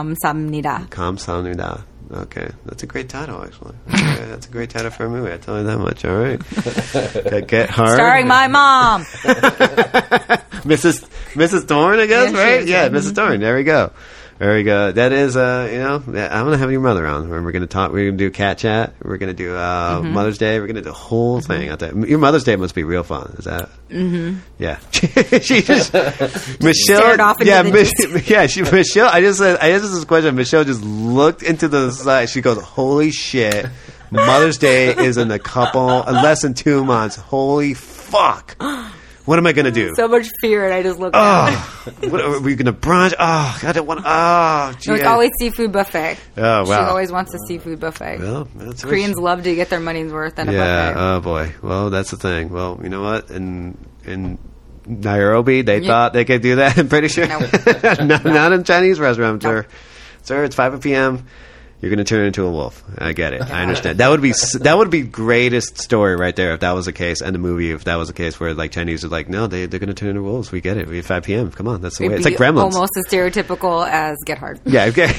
S3: 감사합니다.
S1: Kamsanida. Okay, that's a great title, actually. Okay, that's a great title for a movie. I tell you that much. All right, Get- get hard.
S3: Starring my mom.
S1: Mrs. Mrs. Thorne, I guess,
S3: Yeah, she
S1: right?
S3: is,
S1: Yeah,
S3: yeah. Mm-hmm.
S1: Mrs. Thorne. There we go. Very good. That is, uh, you know, that- I'm gonna have your mother on. We're gonna talk. We're gonna do cat chat. We're gonna do uh,
S3: Mhm.
S1: Mother's Day. We're gonna do the whole thing out there. Your Mother's Day must be real fun. Is that?
S3: Mm-hmm.
S1: Yeah, she just Michelle.
S3: stared off into
S1: yeah,
S3: the
S1: Mich- yeah. She Michelle. I just said I asked this question. Michelle just looked into the side. She goes, "Holy shit! Mother's Day is in a couple, in less than two months. Holy fuck! What am I gonna do?
S3: So much fear, and I just look. at it.
S1: oh, what, are we gonna brunch? Oh, God, I don't want. Oh,
S3: No, it's
S1: gee, I-
S3: always seafood buffet.
S1: Oh,
S3: She
S1: wow.
S3: always wants a seafood buffet.
S1: Well, that's what
S3: Koreans
S1: she-
S3: love to get their money's worth in a
S1: yeah.
S3: buffet.
S1: Oh boy. Well, that's the thing. Well, you know what? In in Nairobi, they
S3: Yeah.
S1: thought they could do that. I'm pretty sure.
S3: Nope.
S1: not, not in Chinese restaurants, sir. Sir, it's five p.m. You're going to turn into a wolf. I get it. I understand. That would be s- that would be greatest story right there if that was the case, and the movie if that was the case where like Chinese are like, no, they they're going to turn into wolves. We get it. We have five p.m. Come on, that's the way.
S3: It'd
S1: It's
S3: be
S1: like Gremlins.
S3: Almost as stereotypical as Get Hard.
S1: Yeah. Okay.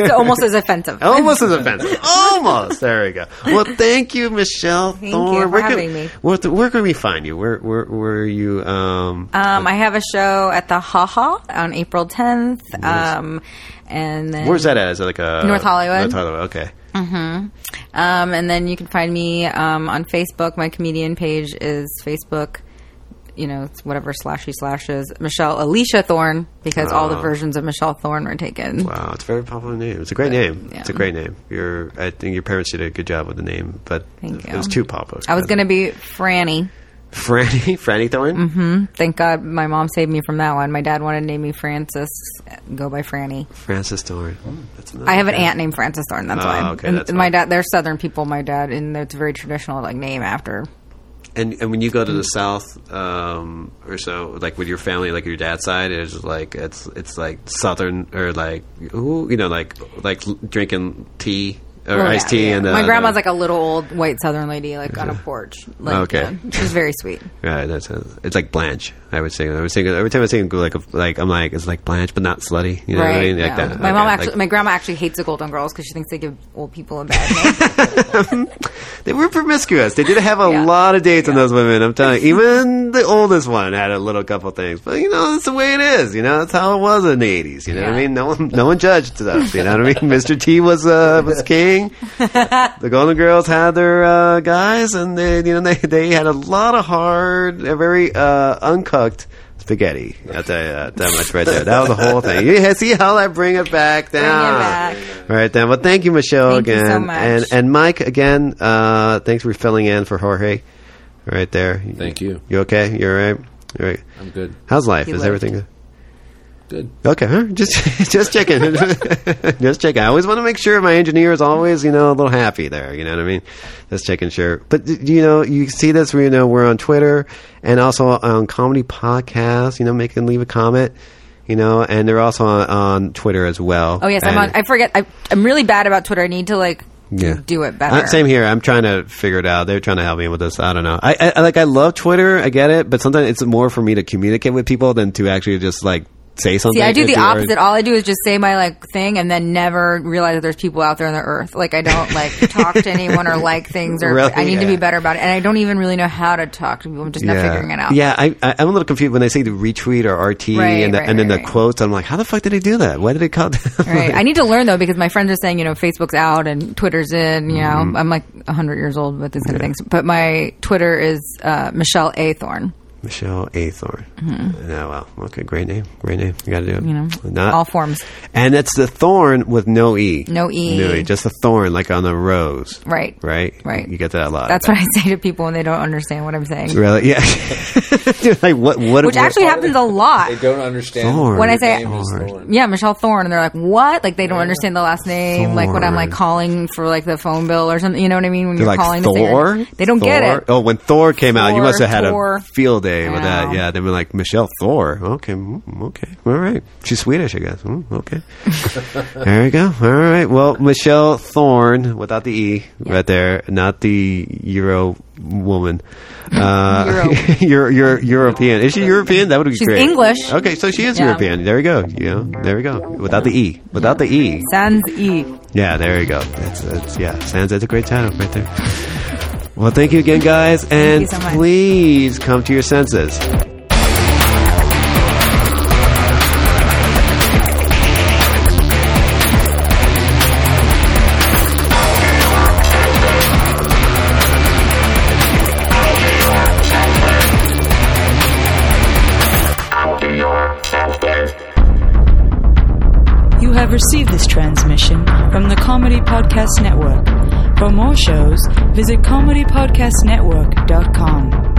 S3: It's almost as offensive.
S1: Almost as offensive. Almost. There we go. Well, thank you, Michelle.
S3: Thank
S1: Thorne.
S3: you for
S1: where
S3: having
S1: can,
S3: me.
S1: Where, th- where can we find you? Where where where are you? Um,
S3: Um, I have a show at the Ha Ha on April 10th. Um, and then
S1: where's that at? Is that like a
S3: North Hollywood.
S1: North Hollywood. Okay.
S3: hmm Um, and then you can find me um, on Facebook. My comedian page is Facebook. You know, it's whatever slashy slashes Michelle Alicia Thorne because all the
S1: Oh.
S3: versions of Michelle Thorne were taken.
S1: Wow, it's a very popular name. It's a great name. It's a great name. Your I think your parents did a good job with the name, but
S3: Thank
S1: it
S3: you.
S1: was too popular.
S3: I was going to be Franny.
S1: Franny Franny Thorne.
S3: hmm Thank God my mom saved me from that one. My dad wanted to name me Francis. Go by Franny.
S1: Francis Thorne. Mm, That's another
S3: I have an
S1: guy.
S3: aunt named Frances Thorne. That's
S1: Oh,
S3: why.
S1: okay,
S3: and
S1: that's
S3: my dad, they're Southern people. My dad, and it's a very traditional like name after.
S1: And and when you go to the south um, or so, like with your family, like your dad's side, it's just like it's it's like southern or like ooh, you know, like like l- drinking tea or
S3: Well,
S1: iced
S3: yeah,
S1: tea.
S3: yeah.
S1: And uh,
S3: my grandma's
S1: the-
S3: like a little old white Southern lady, like on a porch. Like,
S1: Okay.
S3: yeah, she's very sweet.
S1: Right, that's a, it's like Blanche. I would say I was thinking every time I sing like a, like I'm like it's like Blanche, but not slutty. You know what I mean? Like
S3: yeah.
S1: that.
S3: My
S1: Okay,
S3: mom
S1: like-
S3: actually, my grandma actually hates the Golden Girls because she thinks they give old people a bad name.
S1: They were promiscuous. They did have a lot of dates on those women. I'm telling you, even the oldest one had a little couple things. But you know, that's the way it is. You know, that's how it was in the 80s. You know what I mean? No one, no one judged us. You know what I mean? Mr. T was uh, was king. The Golden Girls had their uh, guys, and they, you know, they they had a lot of hard, uh, very uh, uncooked. Spaghetti. I'll tell you that, that much right there. That was the whole thing. You see how I bring it back down. All right then. Well, thank you, Michelle,
S3: Thank you
S1: again,
S3: so much.
S1: and and Mike again. Uh, thanks for filling in for Jorge, right there. Thank you. You okay? You all right? You all right?
S2: I'm good.
S1: How's life?
S2: He
S1: Is
S2: lived.
S1: everything good?
S2: Good.
S1: Okay, huh? just just checking, just checking. I always want to make sure my engineer is always, you know, a little happy there. You know what I mean? Just checking, sure. But y- you know, you see this. You know, we're on Twitter and also on comedy podcasts. You know, make and leave a comment. You know, and they're also on, on Twitter as well.
S3: Oh yes, I'm
S1: And-
S3: on. I forget. I, I'm really bad about Twitter. I need to like
S1: Yeah.
S3: do it better.
S1: Uh, same here. I'm trying to figure it out. They're trying to help me with this. I don't know. I, I- I like. I love Twitter. I get it, but sometimes it's more for me to communicate with people than to actually just like say something.
S3: See, I do
S1: If
S3: the
S1: you are-
S3: opposite. All I do is just say my like thing, and then never realize that there's people out there on the earth. Like I don't like talk to anyone or like things, or
S1: Really?
S3: I need to
S1: Yeah.
S3: be better about it. And I don't even really know how to talk to people. I'm just not figuring it out.
S1: Yeah, I, I, I'm a little confused when they say the retweet or RT
S3: Right,
S1: and, the,
S3: right,
S1: and then
S3: right,
S1: the quotes. I'm like, how the fuck did they do that? Why did they call?
S3: Right. I need to learn though because my friends are saying, you know, Facebook's out and Twitter's in. You know,
S1: Mhm.
S3: I'm like 100 years old with these kind of things. But my Twitter is uh, Michelle A Thorne.
S1: Michelle A. Thorne.
S3: Mhm.
S1: Yeah, well, okay, great name, great name. You got to do it.
S3: You know,
S1: Not-
S3: all forms.
S1: and it's the thorn with no e,
S3: No E.
S1: no e, just the thorn like on the rose.
S3: Right.
S1: right,
S3: Right.
S1: You get that a lot.
S3: That's what I say to people when they don't understand what I'm saying.
S1: Really? Yeah. like what? What?
S3: Which
S1: what-
S3: actually happens a lot.
S2: They don't understand
S1: Thorn.
S3: when I say,
S2: name is Thorn.
S3: yeah, Michelle Thorne, and they're like, what? Like, they don't understand the last name, like what I'm like calling for, like the phone bill or something. You know what I mean? When
S1: They're
S3: you're
S1: like
S3: calling the
S1: Thor.
S3: singer. they don't get
S1: Thor?
S3: it.
S1: Oh, when Thor came out, you
S3: Thor,
S1: must have had
S3: Thor.
S1: a field day with that.
S3: Yeah.
S1: Yeah, they were like Michelle Thor. Okay, mm, okay, all right. She's Swedish, I guess. Mm, okay, there we go. All right. Well, Michelle Thorne without the e right there, not the Euro woman. Uh, Euro. Euro, European. Is she European? That would be
S3: She's
S1: great.
S3: English.
S1: Okay, so she is
S3: Yeah.
S1: European. There we go. Yeah, there we go. Without the e. Without the e.
S3: Sans E.
S1: Yeah, there you go. That's, that's yeah, sounds that's a great title right there. Well, thank you again, guys, and
S3: so much.
S1: please come to your senses.
S20: have received this transmission from the Comedy Podcast Network. For more shows, visit comedypodcastnetwork.com.